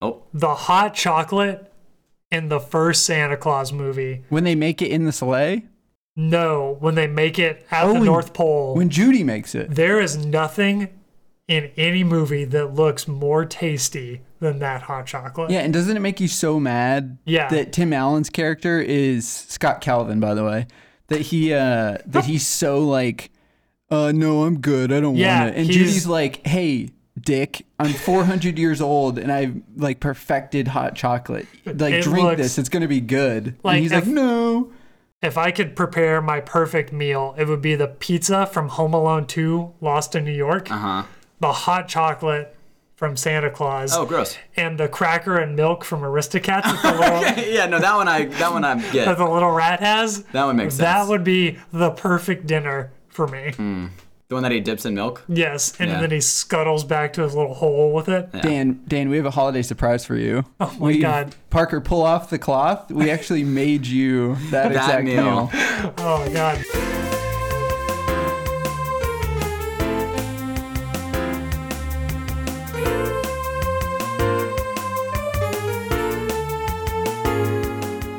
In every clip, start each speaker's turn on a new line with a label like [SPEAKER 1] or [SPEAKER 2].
[SPEAKER 1] Oh,
[SPEAKER 2] The hot chocolate in the first Santa Claus movie.
[SPEAKER 3] When they make it in the sleigh,
[SPEAKER 2] No, when they make it at
[SPEAKER 3] Oh,
[SPEAKER 2] the
[SPEAKER 3] when-
[SPEAKER 2] North Pole,
[SPEAKER 3] when Judy makes it,
[SPEAKER 2] there is nothing in any movie that looks more tasty than that hot chocolate.
[SPEAKER 3] yeah, and doesn't it make you so mad?
[SPEAKER 2] Yeah.
[SPEAKER 3] That Tim Allen's character is Scott Calvin, by the way. That he uh that he's so like, uh no, I'm good, I don't
[SPEAKER 2] Yeah,
[SPEAKER 3] want it. And
[SPEAKER 2] he's-
[SPEAKER 3] Judy's like, hey, Dick, I'm 400 years old and I've like perfected hot chocolate. Like
[SPEAKER 2] It
[SPEAKER 3] drink
[SPEAKER 2] looks-
[SPEAKER 3] this, it's gonna be good.
[SPEAKER 2] Like,
[SPEAKER 3] and he's
[SPEAKER 2] if-
[SPEAKER 3] like, no.
[SPEAKER 2] If I could prepare my perfect meal, it would be the pizza from Home Alone 2, Lost in New York,
[SPEAKER 1] uh huh.
[SPEAKER 2] the hot chocolate from Santa Claus,
[SPEAKER 1] Oh, gross.
[SPEAKER 2] and the cracker and milk from Aristocats that the little,
[SPEAKER 1] yeah, no, that one I that one I
[SPEAKER 2] that
[SPEAKER 1] get.
[SPEAKER 2] the little rat has.
[SPEAKER 1] That one makes
[SPEAKER 2] That
[SPEAKER 1] sense.
[SPEAKER 2] would be the perfect dinner for me.
[SPEAKER 1] The one that he dips in milk.
[SPEAKER 2] Yes, and
[SPEAKER 1] Yeah.
[SPEAKER 2] then he scuttles back to his little hole with it.
[SPEAKER 3] Dan, Dan, we have a holiday surprise for you. Oh my
[SPEAKER 2] God.
[SPEAKER 3] Parker, pull off the cloth. We actually made you that, exact
[SPEAKER 1] meal.
[SPEAKER 3] meal.
[SPEAKER 2] Oh my god.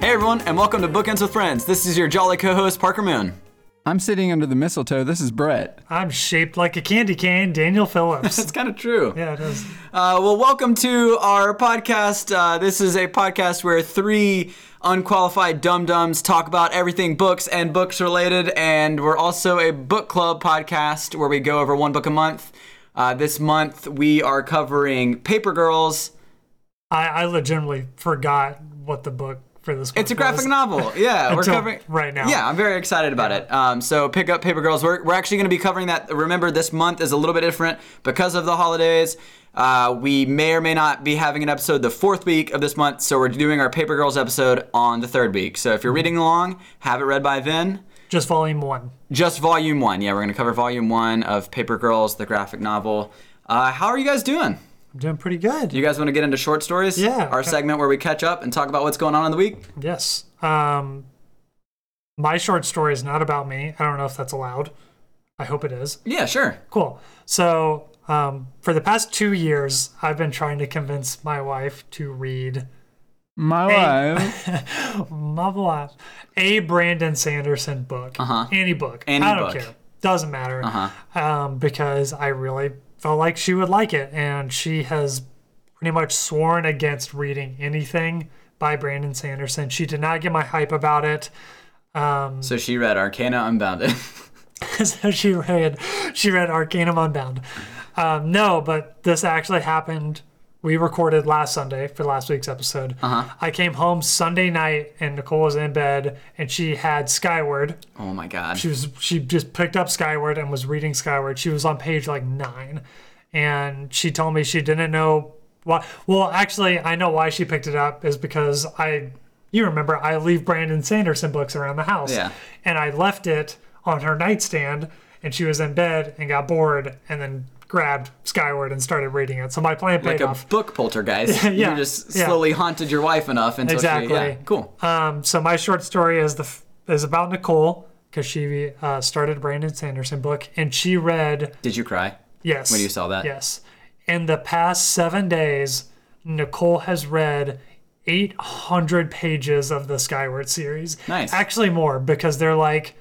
[SPEAKER 1] Hey everyone, and welcome to Bookends with Friends. This is your jolly co-host Parker Moon.
[SPEAKER 3] I'm sitting under the mistletoe. This is Brett.
[SPEAKER 2] I'm shaped like a candy cane, Daniel Phillips.
[SPEAKER 1] That's kind of true.
[SPEAKER 2] yeah, it is.
[SPEAKER 1] Uh, well, welcome to our podcast. Uh, this is a podcast where three unqualified dum dums talk about everything books and books related, and we're also a book club podcast where we go over one book a month. Uh, this month we are covering Paper Girls.
[SPEAKER 2] I, I legitimately forgot what the book for this
[SPEAKER 1] It's a graphic novel. Yeah, we're
[SPEAKER 2] Until
[SPEAKER 1] covering
[SPEAKER 2] right now.
[SPEAKER 1] Yeah, I'm very excited about it. Um, so pick up Paper Girls. We're, we're actually going to be covering that. Remember, this month is a little bit different because of the holidays. Uh, we may or may not be having an episode the fourth week of this month, so we're doing our Paper Girls episode on the third week. So if you're
[SPEAKER 2] Mm-hmm.
[SPEAKER 1] reading along, have it read by then.
[SPEAKER 2] Just volume one.
[SPEAKER 1] Just volume one. Yeah, we're going to cover volume one of Paper Girls, the graphic novel. Uh, how are you guys doing?
[SPEAKER 2] I'm doing pretty good.
[SPEAKER 1] You guys want to get into short stories?
[SPEAKER 2] Yeah.
[SPEAKER 1] Our segment where we catch up and talk about what's going on in the week.
[SPEAKER 2] Yes. Um my short story is not about me. I don't know if that's allowed. I hope it is.
[SPEAKER 1] Yeah, sure.
[SPEAKER 2] Cool. So, um, for the past two years, I've been trying to convince my wife to read
[SPEAKER 3] My wife.
[SPEAKER 2] my wife a Brandon Sanderson book, uh-huh. any book,
[SPEAKER 1] Any
[SPEAKER 2] I don't
[SPEAKER 1] book.
[SPEAKER 2] care, doesn't matter, uh-huh. um, because I really felt like she would like it, and she has pretty much sworn against reading anything by Brandon Sanderson. She did not get my hype about it.
[SPEAKER 1] So she read Arcana Unbounded.
[SPEAKER 2] so she read she read Arcanum Unbound. Um, no, but this actually happened. We recorded last Sunday for last week's episode. I came home Sunday night and Nicole was in bed and she had Skyward.
[SPEAKER 1] Oh my god.
[SPEAKER 2] She was she just picked up Skyward and was reading Skyward. She was on page like nine, and she told me she didn't know why. Well, actually, I know why she picked it up is because I you remember I leave Brandon Sanderson books around the house.
[SPEAKER 1] Yeah.
[SPEAKER 2] And I left it on her nightstand, and she was in bed and got bored, and then grabbed Skyward and started reading it. So my plan paid
[SPEAKER 1] like a
[SPEAKER 2] off.
[SPEAKER 1] book poltergeist.
[SPEAKER 2] Yeah,
[SPEAKER 1] You just
[SPEAKER 2] yeah.
[SPEAKER 1] slowly haunted your wife enough until she.
[SPEAKER 2] Exactly.
[SPEAKER 1] Yeah, cool.
[SPEAKER 2] Um, so my short story is the f- is about Nicole because she uh, started a Brandon Sanderson book and she read
[SPEAKER 1] Did you cry?
[SPEAKER 2] yes
[SPEAKER 1] When you saw that?
[SPEAKER 2] yes in the past seven days Nicole has read 800 pages of the Skyward series.
[SPEAKER 1] Nice.
[SPEAKER 2] Actually more because they're like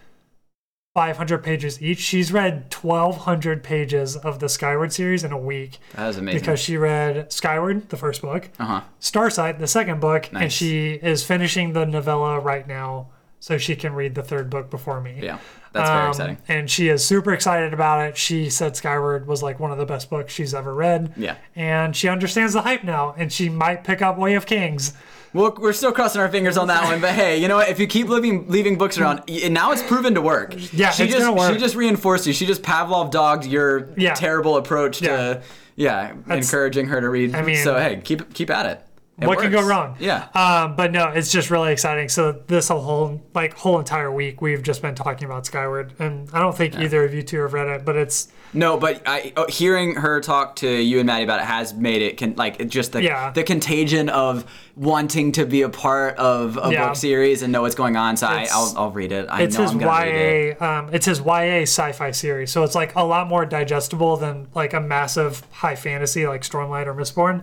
[SPEAKER 2] 500 pages each. She's read 1200 pages of the Skyward series in a week
[SPEAKER 1] That was amazing.
[SPEAKER 2] because she read Skyward, the first book,
[SPEAKER 1] Uh-huh.
[SPEAKER 2] Starsight, the second book, and
[SPEAKER 1] Nice.
[SPEAKER 2] she is finishing the novella right now, so she can read the third book before me.
[SPEAKER 1] yeah, that's very
[SPEAKER 2] Um,
[SPEAKER 1] exciting.
[SPEAKER 2] And she is super excited about it. She said Skyward was like one of the best books she's ever read.
[SPEAKER 1] Yeah.
[SPEAKER 2] And she understands the hype now, and she might pick up Way of Kings.
[SPEAKER 1] Well, we're still crossing our fingers on that one, but hey, you know what? If you keep leaving leaving books around, y- and now it's proven to work.
[SPEAKER 2] Yeah,
[SPEAKER 1] she
[SPEAKER 2] it's
[SPEAKER 1] just
[SPEAKER 2] gonna work.
[SPEAKER 1] she just reinforced you. She just Pavlov dogged your
[SPEAKER 2] Yeah.
[SPEAKER 1] terrible approach
[SPEAKER 2] Yeah.
[SPEAKER 1] to yeah encouraging her to read. I
[SPEAKER 2] mean-
[SPEAKER 1] so hey, keep keep at it. It
[SPEAKER 2] what can go
[SPEAKER 1] works.
[SPEAKER 2] wrong?
[SPEAKER 1] Yeah.
[SPEAKER 2] Um, but no, it's just really exciting. So this whole like whole entire week we've just been talking about Skyward, and I don't think either of you two have read it, but it's
[SPEAKER 1] No, but I oh, hearing her talk to you and Maddie about it has made it can like it just the
[SPEAKER 2] Yeah.
[SPEAKER 1] the contagion of wanting to be a part of a
[SPEAKER 2] Yeah.
[SPEAKER 1] book series and know what's going on. So I,
[SPEAKER 2] It's-
[SPEAKER 1] I'll I'll read it. I
[SPEAKER 2] it's
[SPEAKER 1] know
[SPEAKER 2] his
[SPEAKER 1] I'm gonna read it.
[SPEAKER 2] YA. Um, it's his YA sci-fi series, so it's like a lot more digestible than like a massive high fantasy like Stormlight or Mistborn,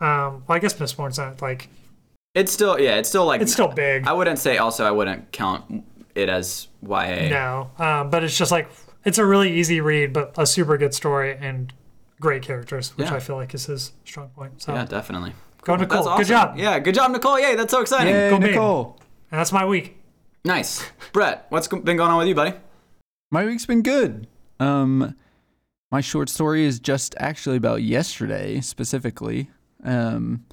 [SPEAKER 2] Um, well, I guess Mistborn's not like
[SPEAKER 1] It's still yeah, it's still like
[SPEAKER 2] it's still big.
[SPEAKER 1] I wouldn't say also I wouldn't count it as YA.
[SPEAKER 2] No, um, but it's just like it's a really easy read, but a super good story and great characters, which
[SPEAKER 1] Yeah.
[SPEAKER 2] I feel like is his strong point. So
[SPEAKER 1] Yeah, definitely.
[SPEAKER 2] go Nicole, good job.
[SPEAKER 1] Yeah, good job, Nicole. Yay, that's so exciting.
[SPEAKER 3] Yay,
[SPEAKER 2] Go Maiden.
[SPEAKER 3] Nicole.
[SPEAKER 2] And that's my week.
[SPEAKER 1] Nice. Brett, what's go- been going on with you, buddy?
[SPEAKER 3] My week's been good. Um, my short story is just actually about yesterday specifically. Um,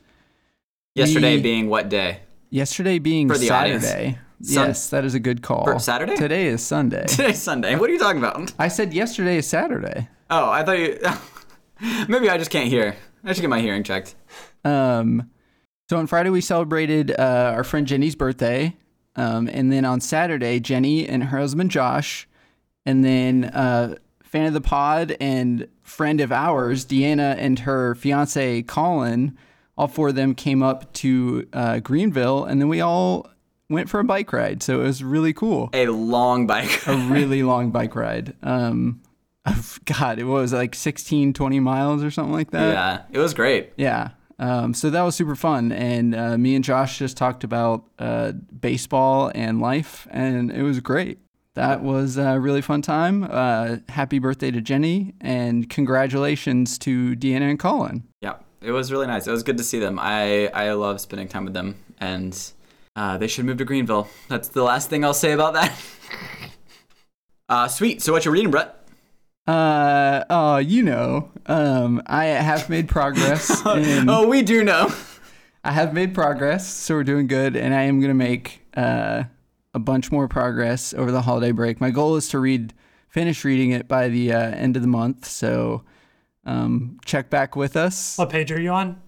[SPEAKER 1] Yesterday
[SPEAKER 3] Me-
[SPEAKER 1] being what day?
[SPEAKER 3] yesterday being
[SPEAKER 1] For the audience.
[SPEAKER 3] Saturday.
[SPEAKER 1] Sun-
[SPEAKER 3] yes, that is a good call.
[SPEAKER 1] For Saturday?
[SPEAKER 3] Today is Sunday.
[SPEAKER 1] Today's Sunday. What are you talking about?
[SPEAKER 3] I said yesterday is Saturday.
[SPEAKER 1] Oh, I thought you. Maybe I just can't hear. I should get my hearing checked.
[SPEAKER 3] Um, so on Friday we celebrated uh, our friend Jenny's birthday, um, and then on Saturday Jenny and her husband Josh, and then uh, fan of the pod and friend of ours Deanna and her fiance Colin, all four of them came up to uh, Greenville, and then we all went for a bike ride. So it was really cool.
[SPEAKER 1] A long bike.
[SPEAKER 3] A really long bike ride. Um, God, it was like 16, 20 miles or something like that.
[SPEAKER 1] yeah, it was great.
[SPEAKER 3] Yeah. Um, so that was super fun. And uh, me and Josh just talked about uh, baseball and life, and it was great. That was a really fun time. Uh, happy birthday to Jenny, and congratulations to Deanna and Colin.
[SPEAKER 1] Yeah, it was really nice. It was good to see them. I I love spending time with them, and uh, they should move to Greenville. That's the last thing I'll say about that. uh, sweet. So what you reading, Brett?
[SPEAKER 3] Uh, oh, you know, um, I have made progress. in,
[SPEAKER 1] Oh, we do know.
[SPEAKER 3] I have made progress, so we're doing good, and I am going to make uh, a bunch more progress over the holiday break. My goal is to read, finish reading it by the uh, end of the month. So um, check back with us.
[SPEAKER 2] What page are you on?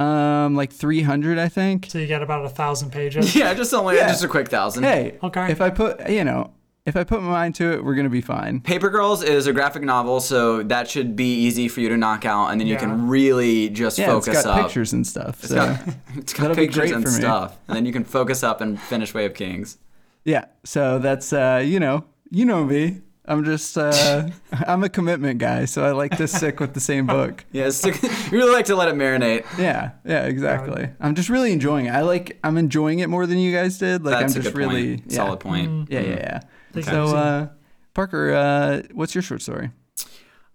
[SPEAKER 3] Um, like 300, I think.
[SPEAKER 2] So you got about a thousand pages.
[SPEAKER 1] Yeah, just only just a quick thousand.
[SPEAKER 3] Hey,
[SPEAKER 2] Okay.
[SPEAKER 3] If I put, you know, if I put my mind to it, we're going to be fine.
[SPEAKER 1] Paper Girls is a graphic novel, so that should be easy for you to knock out, and then you
[SPEAKER 2] Yeah.
[SPEAKER 1] can really just
[SPEAKER 3] Yeah,
[SPEAKER 1] focus
[SPEAKER 3] it's got
[SPEAKER 1] up.
[SPEAKER 3] pictures and stuff.
[SPEAKER 1] It's
[SPEAKER 3] So
[SPEAKER 1] got, it's got
[SPEAKER 3] That'll be
[SPEAKER 1] pictures
[SPEAKER 3] great
[SPEAKER 1] and
[SPEAKER 3] for me.
[SPEAKER 1] stuff, and then you can focus up and finish Way of Kings.
[SPEAKER 3] yeah, so that's uh, you know, you know me. I'm just uh, I'm a commitment guy, so I like to stick with the same book.
[SPEAKER 1] Yeah, stick, you really like to let it marinate.
[SPEAKER 3] Yeah, yeah, exactly.
[SPEAKER 2] Um,
[SPEAKER 3] I'm just really enjoying it. I like I'm enjoying it more than you guys did. Like
[SPEAKER 1] That's
[SPEAKER 3] I'm
[SPEAKER 1] a
[SPEAKER 3] just
[SPEAKER 1] good
[SPEAKER 3] really
[SPEAKER 1] point. Mm-hmm.
[SPEAKER 3] yeah.
[SPEAKER 1] Solid point.
[SPEAKER 3] Yeah, yeah, yeah.
[SPEAKER 2] Thank
[SPEAKER 3] So
[SPEAKER 2] you.
[SPEAKER 3] uh Parker, uh what's your short story?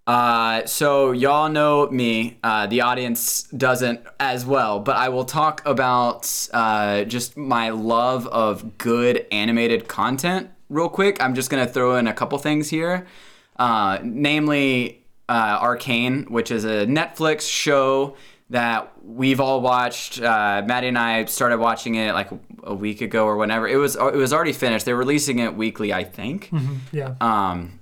[SPEAKER 1] Uh, so y'all know me. Uh, the audience doesn't as well, but I will talk about uh, just my love of good animated content real quick. I'm just gonna throw in a couple things here, uh, namely uh, Arcane, which is a Netflix show that we've all watched. Uh, Maddie and I started watching it like a week ago or whenever. It was it was already finished. They're releasing it weekly, I think
[SPEAKER 2] yeah.
[SPEAKER 1] um,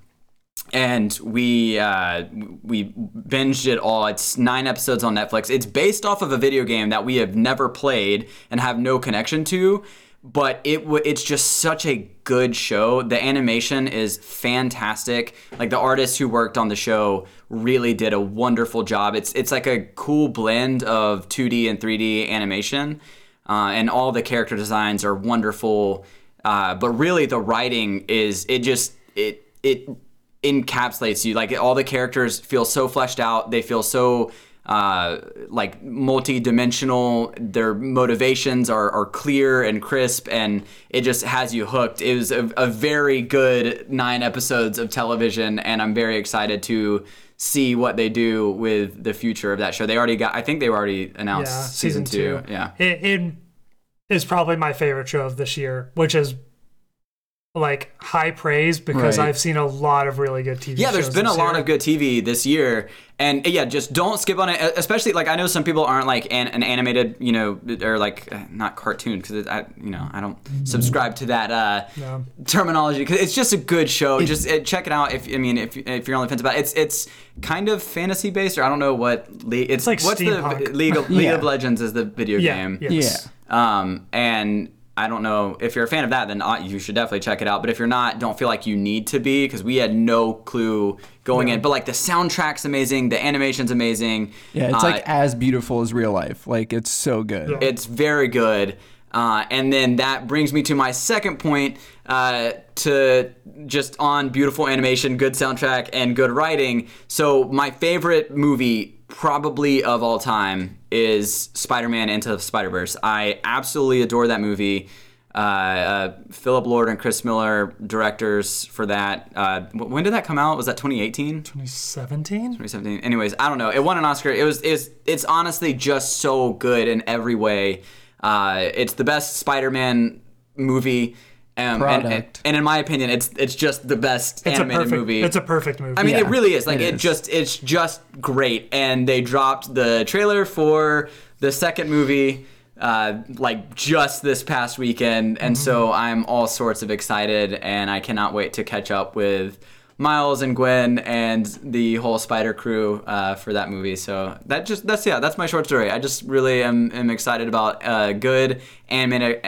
[SPEAKER 1] and we uh, we binged it all. It's nine episodes on Netflix. It's based off of a video game that we have never played and have no connection to, but it w- it's just such a good show. The animation is fantastic. Like the artists who worked on the show really did a wonderful job. It's it's like a cool blend of 2D and 3D animation, uh, and all the character designs are wonderful. Uh, but really, the writing is it just it it encapsulates you. Like all the characters feel so fleshed out. They feel so uh, like multi-dimensional. Their motivations are, are clear and crisp, and it just has you hooked. It was a, a very good nine episodes of television, and I'm very excited to see what they do with the future of that show. They already got. I think they were already announced
[SPEAKER 2] Yeah,
[SPEAKER 1] season,
[SPEAKER 2] season
[SPEAKER 1] two.
[SPEAKER 2] two.
[SPEAKER 1] Yeah.
[SPEAKER 2] It, it is probably my favorite show of this year, which is like high praise because
[SPEAKER 3] Right.
[SPEAKER 2] I've seen a lot of really good TV.
[SPEAKER 1] Yeah,
[SPEAKER 2] there
[SPEAKER 1] there's been a lot of good TV this year, and yeah, just don't skip on it. e, Especially like I know some people aren't like an, an animated, you know, or like uh, not cartoon because I, you know, I don't subscribe to that uh,
[SPEAKER 2] No.
[SPEAKER 1] terminology because it's just a good show. just uh, check it out. If I mean, if, if you're on the fence about it, it's it's kind of fantasy based, or I don't know what league. It's,
[SPEAKER 2] like
[SPEAKER 1] what's the
[SPEAKER 2] steampunk.
[SPEAKER 1] League of, League
[SPEAKER 3] Yeah.
[SPEAKER 1] of Legends is the video
[SPEAKER 2] Yeah,
[SPEAKER 1] game.
[SPEAKER 2] yeah. Yes.
[SPEAKER 3] Yeah.
[SPEAKER 1] Um, and I don't know if you're a fan of that, then uh, you should definitely check it out. But if you're not, don't feel like you need to be because we had no clue going in. But like the soundtrack's amazing, the animation's amazing.
[SPEAKER 3] Yeah, it's
[SPEAKER 1] Uh,
[SPEAKER 3] like as beautiful as real life. Like it's so good.
[SPEAKER 2] Yeah.
[SPEAKER 1] it's very good. Uh, and then that brings me to my second point uh, to just on beautiful animation, good soundtrack, and good writing. So, my favorite movie probably of all time is Spider-Man Into the Spider-Verse. I absolutely adore that movie. Uh, uh, Philip Lord and Chris Miller directors for that. Uh, wh- when did that come out? Was that 2018?
[SPEAKER 2] 2017?
[SPEAKER 1] 2017. Anyways, I don't know. It won an Oscar. It was it's it's honestly just so good in every way. Uh, it's the best Spider-Man movie. Um, and, and,
[SPEAKER 3] Product.
[SPEAKER 1] and in my opinion, it's it's just the best
[SPEAKER 2] It's a
[SPEAKER 1] animated
[SPEAKER 2] perfect
[SPEAKER 1] movie.
[SPEAKER 2] It's a perfect movie.
[SPEAKER 1] I mean,
[SPEAKER 3] Yeah,
[SPEAKER 1] it really is. Like,
[SPEAKER 3] it
[SPEAKER 1] it,
[SPEAKER 3] is.
[SPEAKER 1] just it's just great. And they dropped the trailer for the second movie, uh, like just this past weekend, and
[SPEAKER 3] Mm-hmm.
[SPEAKER 1] so I'm all sorts of excited, and I cannot wait to catch up with Miles and Gwen and the whole Spider Crew uh, for that movie. So that just that's yeah, that's my short story. I just really am, am excited about uh, good animated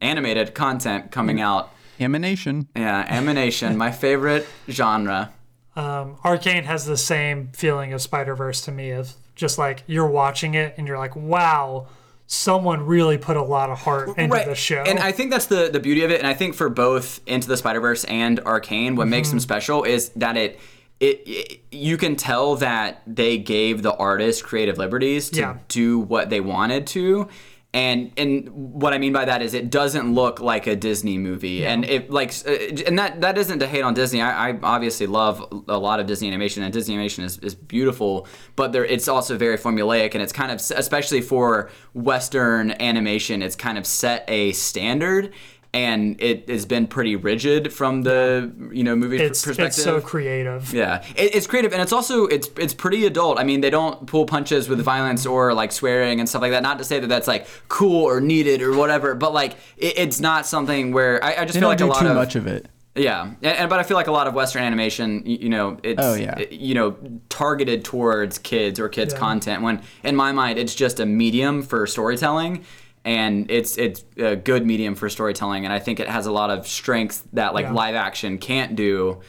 [SPEAKER 1] animated content
[SPEAKER 3] Mm.
[SPEAKER 1] coming out.
[SPEAKER 3] Emanation.
[SPEAKER 1] Yeah, animation, my favorite genre.
[SPEAKER 2] um, Arcane has the same feeling of Spider Verse to me of just like you're watching it and you're like, wow, someone really put a lot of heart into the show.
[SPEAKER 1] And I think that's the the beauty of it. And I think for both Into the Spider Verse and Arcane, what makes
[SPEAKER 2] Mm-hmm.
[SPEAKER 1] them special is that it. It, it you can tell that they gave the artists creative liberties to
[SPEAKER 2] Yeah.
[SPEAKER 1] do what they wanted to and and what i mean by that is it doesn't look like a disney movie and it like s- uh, and that that isn't to hate on disney I, I obviously love a lot of disney animation and disney animation is, is beautiful but there it's also very formulaic and it's kind of s- especially for western animation it's kind of set a standard and it has been pretty rigid from the you know movie pr-
[SPEAKER 2] it's,
[SPEAKER 1] perspective
[SPEAKER 2] it's so creative.
[SPEAKER 1] yeah, it, it's creative, and it's also it's it's pretty adult. I mean, they don't pull punches with violence or like swearing and stuff like that. Not to say that that's like cool or needed or whatever, but like it, it's not something where I, I just
[SPEAKER 3] They
[SPEAKER 1] feel
[SPEAKER 3] don't
[SPEAKER 1] like
[SPEAKER 3] do
[SPEAKER 1] a lot
[SPEAKER 3] too
[SPEAKER 1] of
[SPEAKER 3] much of it.
[SPEAKER 1] yeah, and, and but I feel like a lot of Western animation, you, you know, it's
[SPEAKER 3] Oh, yeah.
[SPEAKER 1] it- you know targeted towards kids or kids
[SPEAKER 2] Yeah.
[SPEAKER 1] content. When in my mind, it's just a medium for storytelling, and it's it's a good medium for storytelling, and I think it has a lot of strengths that like
[SPEAKER 2] Yeah.
[SPEAKER 1] live action can't do.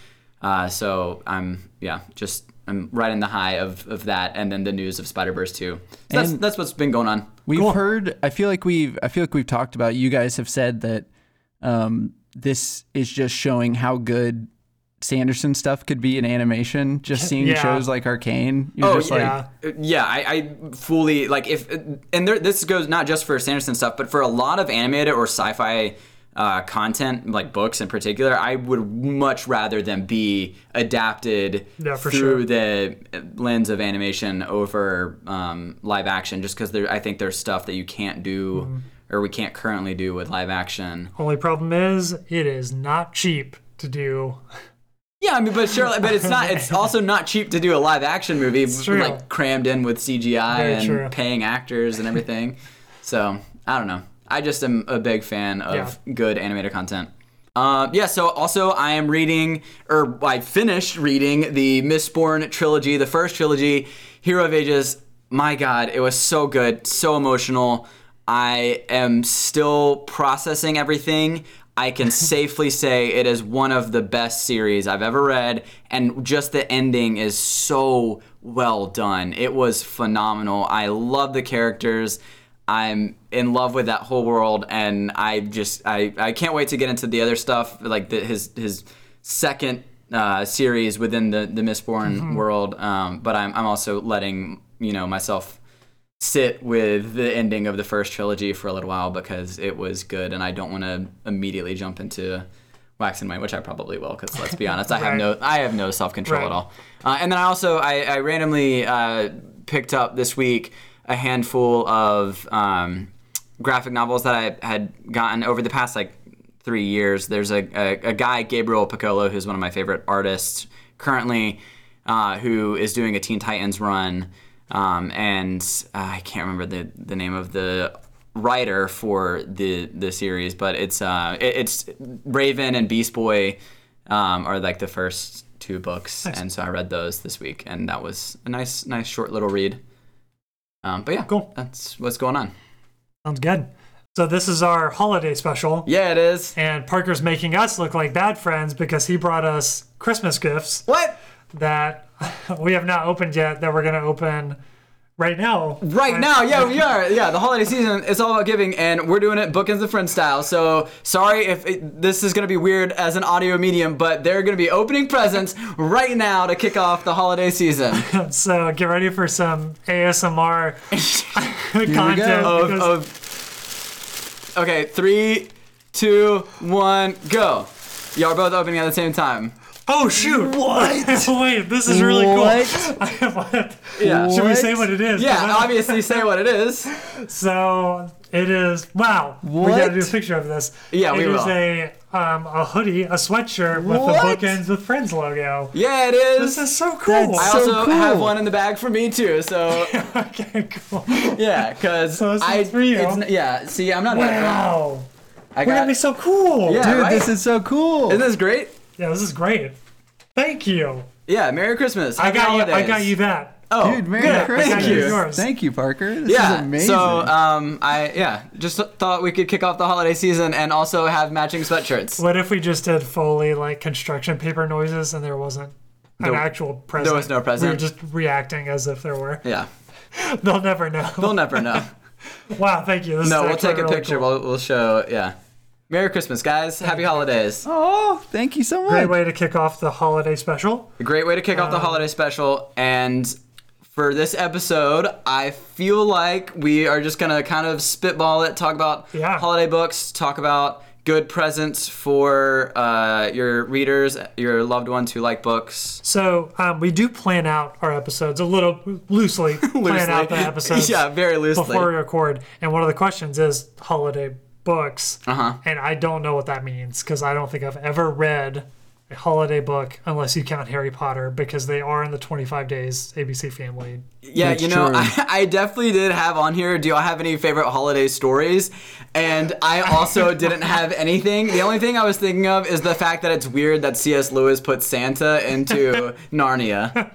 [SPEAKER 1] Uh, so I'm yeah, just I'm right in the high of, of that, and then the news of Spider Verse two. So that's
[SPEAKER 3] And-
[SPEAKER 1] that's what's been going on.
[SPEAKER 3] We've heard. I feel like we've. I feel like we've talked about. You guys have said that um, this is just showing how good Sanderson stuff could be in animation. Just seeing
[SPEAKER 2] Yeah.
[SPEAKER 3] shows like Arcane, you're just like,
[SPEAKER 2] yeah.
[SPEAKER 1] Uh, yeah I, I fully like if and there, this goes not just for sanderson stuff but for a lot of animated or sci-fi uh, content like books in particular i would much rather them be adapted
[SPEAKER 2] Yeah, for sure.
[SPEAKER 1] through the lens of animation over um, live action just because i think there's stuff that you can't do
[SPEAKER 2] Mm-hmm.
[SPEAKER 1] or we can't currently do with live action
[SPEAKER 2] Only problem is it is not cheap to do.
[SPEAKER 1] yeah i mean but surely but it's not it's also not cheap to do a live action movie
[SPEAKER 2] true.
[SPEAKER 1] like crammed in with cgi
[SPEAKER 2] Very
[SPEAKER 1] and
[SPEAKER 2] true.
[SPEAKER 1] paying actors and everything. So I don't know. I just am a big fan of good animated content. Um, yeah. So also, I am reading, or I finished reading the Mistborn trilogy, the first trilogy, Hero of Ages. My God, it was so good, so emotional. I am still processing everything. I can safely say it is one of the best series I've ever read, and just the ending is so well done. It was phenomenal. I love the characters. I'm in love with that whole world, and I just I, I can't wait to get into the other stuff, like the, his his second uh, series within the the Mistborn world. Um, but I'm I'm also letting you know myself sit with the ending of the first trilogy for a little while because it was good, and I don't want to immediately jump into Wax and Wayne, which I probably will, because let's be honest, I have
[SPEAKER 2] Right.
[SPEAKER 1] no I have no self control
[SPEAKER 2] Right.
[SPEAKER 1] at all. Uh, and then I also I, I randomly uh, picked up this week a handful of um, graphic novels that I had gotten over the past like three years. There's a, a, a guy Gabriel Piccolo who's one of my favorite artists currently, uh, who is doing a Teen Titans run, um, and uh, I can't remember the the name of the writer for the the series, but it's uh, it, it's Raven and Beast Boy um, are like the first two books, and so I read those this week, and that was a nice nice short little read. Um, but yeah,
[SPEAKER 2] Cool.
[SPEAKER 1] That's what's going on.
[SPEAKER 2] Sounds good. So this is our holiday special.
[SPEAKER 1] Yeah, it is.
[SPEAKER 2] And Parker's making us look like bad friends because he brought us Christmas gifts
[SPEAKER 1] What?
[SPEAKER 2] that we have not opened yet that we're going to open right now.
[SPEAKER 1] Right now, yeah, we are. Yeah, the holiday season is all about giving, and we're doing it bookends the friend style. So sorry if it, this is gonna be weird as an audio medium, but they're gonna be opening presents right now to kick off the holiday season
[SPEAKER 2] So get ready for some ASMR content.
[SPEAKER 3] go.
[SPEAKER 1] of,
[SPEAKER 2] because-
[SPEAKER 1] of. Okay, three, two, one, go. Y'all are both opening at the same time.
[SPEAKER 2] oh shoot! What? Wait, this is really
[SPEAKER 3] What?
[SPEAKER 2] cool. What?
[SPEAKER 1] Yeah.
[SPEAKER 2] Should we
[SPEAKER 3] What?
[SPEAKER 2] say what it is? 'Cause
[SPEAKER 1] Yeah,
[SPEAKER 2] I'm-
[SPEAKER 1] obviously say what it is.
[SPEAKER 2] So it is. Wow. We
[SPEAKER 3] What?
[SPEAKER 2] gotta do a picture of this.
[SPEAKER 1] Yeah,
[SPEAKER 2] It
[SPEAKER 1] we
[SPEAKER 2] is
[SPEAKER 1] will.
[SPEAKER 2] a um, a hoodie, a sweatshirt with
[SPEAKER 3] What?
[SPEAKER 2] the bookends with friends logo.
[SPEAKER 1] Yeah, it is.
[SPEAKER 2] This is so cool.
[SPEAKER 1] I
[SPEAKER 3] That's- so
[SPEAKER 1] also
[SPEAKER 3] cool.
[SPEAKER 1] have one in the bag for me too, so
[SPEAKER 2] okay, cool.
[SPEAKER 1] yeah, because
[SPEAKER 2] So this is
[SPEAKER 1] I
[SPEAKER 2] for you.
[SPEAKER 1] it's n- yeah. See, I'm not.
[SPEAKER 2] Wow.
[SPEAKER 1] I
[SPEAKER 2] We're
[SPEAKER 1] got.
[SPEAKER 2] gonna be so cool.
[SPEAKER 1] Yeah.
[SPEAKER 3] Dude,
[SPEAKER 1] right?
[SPEAKER 3] this is so cool.
[SPEAKER 1] Isn't this great?
[SPEAKER 2] Yeah, this is great. Thank you.
[SPEAKER 1] Yeah, Merry Christmas.
[SPEAKER 2] I
[SPEAKER 1] Happy
[SPEAKER 2] got you. I
[SPEAKER 1] holidays.
[SPEAKER 2] got you that.
[SPEAKER 1] Oh,
[SPEAKER 3] Dude, Merry
[SPEAKER 2] good.
[SPEAKER 3] Christmas.
[SPEAKER 1] Thank you.
[SPEAKER 2] Yours. uh,
[SPEAKER 3] Thank you, Parker. This
[SPEAKER 1] yeah.
[SPEAKER 3] is amazing.
[SPEAKER 1] So, um, I yeah, just thought we could kick off the holiday season and also have matching sweatshirts.
[SPEAKER 2] What if we just did Foley like construction paper noises and there wasn't an
[SPEAKER 1] There-
[SPEAKER 2] actual present?
[SPEAKER 1] was no
[SPEAKER 2] We were
[SPEAKER 1] present.
[SPEAKER 2] just reacting as if there were.
[SPEAKER 1] Yeah,
[SPEAKER 2] They'll never know.
[SPEAKER 1] we'll never know.
[SPEAKER 2] wow, thank you. This
[SPEAKER 1] no,
[SPEAKER 2] is
[SPEAKER 1] we'll
[SPEAKER 2] actually
[SPEAKER 1] take a
[SPEAKER 2] really
[SPEAKER 1] picture.
[SPEAKER 2] cool.
[SPEAKER 1] We'll we'll show. Yeah. Merry Christmas, guys. Happy holidays.
[SPEAKER 3] oh, thank you so
[SPEAKER 2] Great
[SPEAKER 3] much.
[SPEAKER 2] way to kick off the holiday special.
[SPEAKER 1] A great way to kick off the holiday special. And for this episode, I feel like we are just gonna kind of spitball it, talk about
[SPEAKER 2] Yeah.
[SPEAKER 1] holiday books, talk about good presents for uh, your readers, your loved ones who like books.
[SPEAKER 2] So um, we do plan out our episodes a little loosely. Plan out the episodes
[SPEAKER 1] yeah, very loosely.
[SPEAKER 2] before we record. And one of the questions is holiday books.
[SPEAKER 1] Uh-huh.
[SPEAKER 2] And I don't know what that means because I don't think I've ever read a holiday book unless you count Harry Potter because they are in the 25 days ABC family.
[SPEAKER 1] yeah,
[SPEAKER 3] That's
[SPEAKER 1] you know,
[SPEAKER 3] true.
[SPEAKER 1] I, I definitely did have on here. Do y'all have any favorite holiday stories? And I also didn't have anything. The only thing I was thinking of is the fact that it's weird that C.S. Lewis put Santa into Narnia.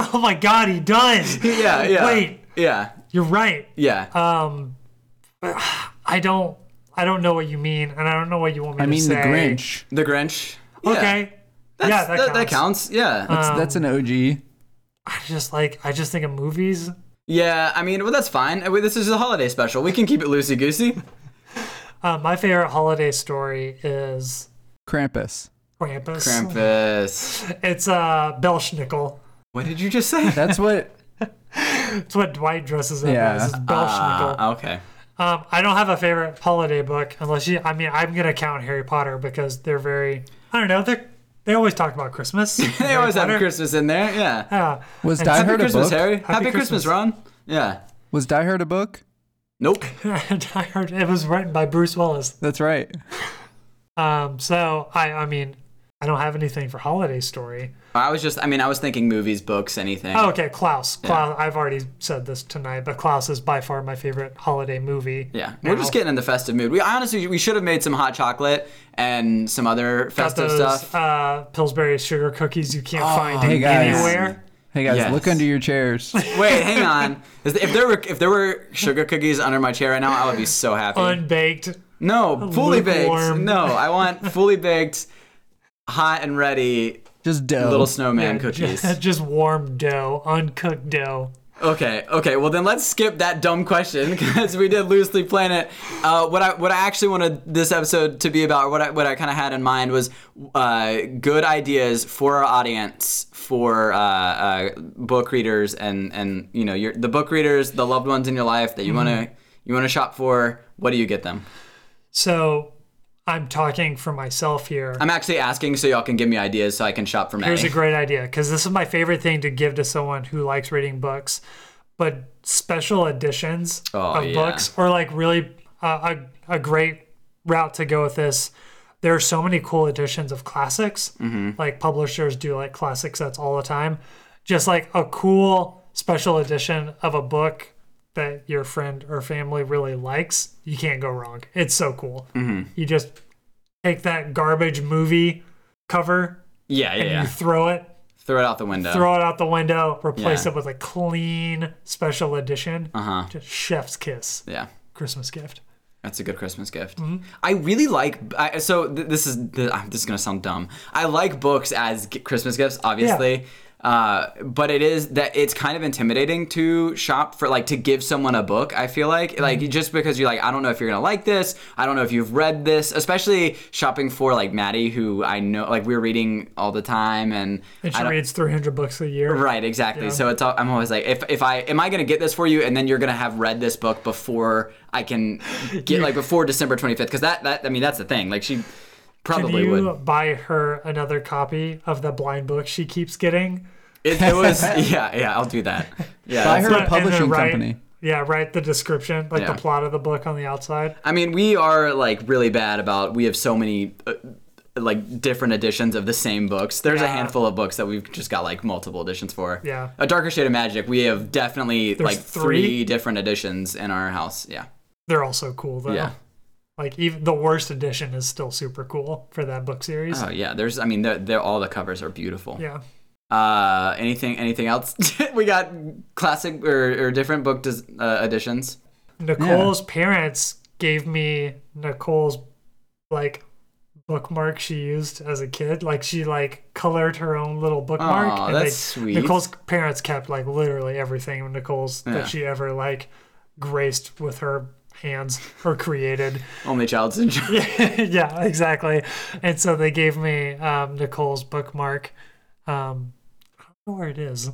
[SPEAKER 2] Oh my god, he does.
[SPEAKER 1] Yeah, yeah.
[SPEAKER 2] Wait. Uh,
[SPEAKER 1] Yeah,
[SPEAKER 2] You're right.
[SPEAKER 1] yeah.
[SPEAKER 2] I don't I don't know what you mean and I don't know what you want me
[SPEAKER 3] I
[SPEAKER 2] to
[SPEAKER 3] mean,
[SPEAKER 2] say.
[SPEAKER 3] the Grinch.
[SPEAKER 1] the Grinch. Yeah.
[SPEAKER 2] Okay. yeah,
[SPEAKER 1] That's-
[SPEAKER 2] that,
[SPEAKER 1] that,
[SPEAKER 2] counts. Uh.
[SPEAKER 1] that counts. Yeah.
[SPEAKER 2] um,
[SPEAKER 3] That's- That's an OG.
[SPEAKER 2] I just like I just think of movies.
[SPEAKER 1] yeah, I mean, well, that's fine. I mean, This is a holiday special. We can keep it loosey goosey.
[SPEAKER 2] Uh, my favorite holiday story is
[SPEAKER 3] Krampus.
[SPEAKER 2] Krampus.
[SPEAKER 1] Krampus.
[SPEAKER 2] It's uh Belschnickel.
[SPEAKER 1] What did you just say?
[SPEAKER 3] That's what.
[SPEAKER 2] It's what Dwight dresses up
[SPEAKER 3] Yeah. Uh,
[SPEAKER 2] as. It's Belschnickel.
[SPEAKER 1] Ah, okay.
[SPEAKER 2] um, I don't have a favorite holiday book unless you. I mean, I'm gonna count Harry Potter because they're very. I don't know. They are they always talk about Christmas.
[SPEAKER 1] They always have Christmas in there. Yeah.
[SPEAKER 2] Yeah.
[SPEAKER 3] Was
[SPEAKER 2] And
[SPEAKER 3] Die
[SPEAKER 2] Happy
[SPEAKER 3] Hard a
[SPEAKER 1] Christmas,
[SPEAKER 3] book?
[SPEAKER 1] Harry. Happy,
[SPEAKER 2] Christmas.
[SPEAKER 1] Christmas, Ron. Yeah.
[SPEAKER 3] Was Die Hard a book?
[SPEAKER 1] Nope.
[SPEAKER 2] Die Hard. It was written by Bruce Willis.
[SPEAKER 3] That's right.
[SPEAKER 2] Um, so I. I mean, I don't have anything for holiday story.
[SPEAKER 1] I was just, I mean, I was thinking movies, books, anything.
[SPEAKER 2] Oh, okay, Klaus. Klaus. I've already said this tonight, but Klaus is by far my favorite holiday movie.
[SPEAKER 1] Yeah. We're
[SPEAKER 2] now.
[SPEAKER 1] just getting in the festive mood. We honestly, we should have made some hot chocolate and some other
[SPEAKER 2] Got
[SPEAKER 1] festive
[SPEAKER 2] those
[SPEAKER 1] stuff. Oh,
[SPEAKER 2] uh, Pillsbury sugar cookies you can't find
[SPEAKER 3] hey, guys.
[SPEAKER 2] anywhere.
[SPEAKER 3] Hey guys,
[SPEAKER 1] Yes.
[SPEAKER 3] look under your chairs.
[SPEAKER 1] Wait, hang on. Is th- If there were if there were sugar cookies under my chair right now, I would be so happy.
[SPEAKER 2] Unbaked.
[SPEAKER 1] no, fully baked.
[SPEAKER 2] lukewarm.
[SPEAKER 1] No, I want fully baked, hot and ready
[SPEAKER 3] Just dough.
[SPEAKER 1] little snowman
[SPEAKER 2] Yeah,
[SPEAKER 1] cookies.
[SPEAKER 2] Just, just warm dough, uncooked dough.
[SPEAKER 1] Okay, okay. Well, then let's skip that dumb question because we did loosely plan it. Uh, what I what I actually wanted this episode to be about, what I what I kind of had in mind was uh, good ideas for our audience, for uh, uh, book readers, and and you know your the book readers, the loved ones in your life that you
[SPEAKER 2] Mm-hmm.
[SPEAKER 1] wanna you wanna shop for. What do you get them?
[SPEAKER 2] So I'm talking for myself here.
[SPEAKER 1] I'm actually asking so y'all can give me ideas so I can shop for Maddie.
[SPEAKER 2] Here's a great idea because this is my favorite thing to give to someone who likes reading books, but special editions
[SPEAKER 1] Oh,
[SPEAKER 2] of
[SPEAKER 1] yeah.
[SPEAKER 2] books are like really uh, a, a great route to go with this. There are so many cool editions of classics.
[SPEAKER 1] Mm-hmm.
[SPEAKER 2] Like publishers do like classic sets all the time. Just like a cool special edition of a book that your friend or family really likes, you can't go wrong. It's so cool.
[SPEAKER 1] Mm-hmm.
[SPEAKER 2] You just take that garbage movie cover
[SPEAKER 1] yeah, yeah,
[SPEAKER 2] you
[SPEAKER 1] yeah.
[SPEAKER 2] throw it
[SPEAKER 1] Throw it out the window.
[SPEAKER 2] throw it out the window replace
[SPEAKER 1] Yeah.
[SPEAKER 2] it with a clean special edition uh-huh. just chef's kiss
[SPEAKER 1] yeah.
[SPEAKER 2] christmas gift
[SPEAKER 1] That's a good Christmas gift.
[SPEAKER 2] Mm-hmm.
[SPEAKER 1] I really like. I, ah, so th- this is th- I'm- this is gonna sound dumb. I like books as g- Christmas gifts, obviously. Uh, but it is that it's kind of intimidating to shop for like to give someone a book. I feel
[SPEAKER 2] Mm-hmm.
[SPEAKER 1] like like just because you're like I don't know if you're gonna like this. I don't know if you've read this, especially shopping for like Maddie, who I know like we're reading all the time, and
[SPEAKER 2] And
[SPEAKER 1] I
[SPEAKER 2] she
[SPEAKER 1] don't-
[SPEAKER 2] reads 300 books a year.
[SPEAKER 1] Right, exactly.
[SPEAKER 2] Yeah.
[SPEAKER 1] So it's all, I'm always like, if if I am I gonna get this for you, and then you're gonna have read this book before I can get like before December 25th, because that that I mean that's the thing. Like she
[SPEAKER 2] Can
[SPEAKER 1] probably
[SPEAKER 2] you
[SPEAKER 1] would.
[SPEAKER 2] buy her another copy of the blind book she keeps getting?
[SPEAKER 1] It, it was yeah yeah I'll do that. Yeah.
[SPEAKER 3] Buy
[SPEAKER 1] that's-
[SPEAKER 3] her a
[SPEAKER 2] But- and then
[SPEAKER 3] publishing
[SPEAKER 2] write-
[SPEAKER 3] company.
[SPEAKER 2] Yeah, write the description, like
[SPEAKER 1] Yeah.
[SPEAKER 2] the plot of the book on the outside.
[SPEAKER 1] I mean, we are like really bad about. We have so many. Uh, like different editions of the same books. There's a
[SPEAKER 2] Yeah.
[SPEAKER 1] handful of books that we've just got like multiple editions for.
[SPEAKER 2] Yeah.
[SPEAKER 1] A Darker Shade of Magic, we have definitely like
[SPEAKER 2] three?
[SPEAKER 1] three different editions in our house. Yeah.
[SPEAKER 2] They're all so cool though.
[SPEAKER 1] Yeah.
[SPEAKER 2] Like even the worst edition is still super cool for that book series.
[SPEAKER 1] Oh yeah, there's. I mean, they're, they're, all the covers are beautiful.
[SPEAKER 2] yeah.
[SPEAKER 1] Uh, anything, anything else? we got classic or, or different book des- uh, editions.
[SPEAKER 2] Nicole's parents gave me Nicole's like bookmark she used as a kid. Like she like colored her own little bookmark.
[SPEAKER 1] Aw,
[SPEAKER 2] they-
[SPEAKER 1] that's sweet.
[SPEAKER 2] Nicole's parents kept like literally everything of Nicole's
[SPEAKER 1] Yeah.
[SPEAKER 2] that she ever like graced with her hands or created.
[SPEAKER 1] Only Child Syndrome.
[SPEAKER 2] yeah, exactly. And so they gave me um, Nicole's bookmark. Um, I don't know where it is.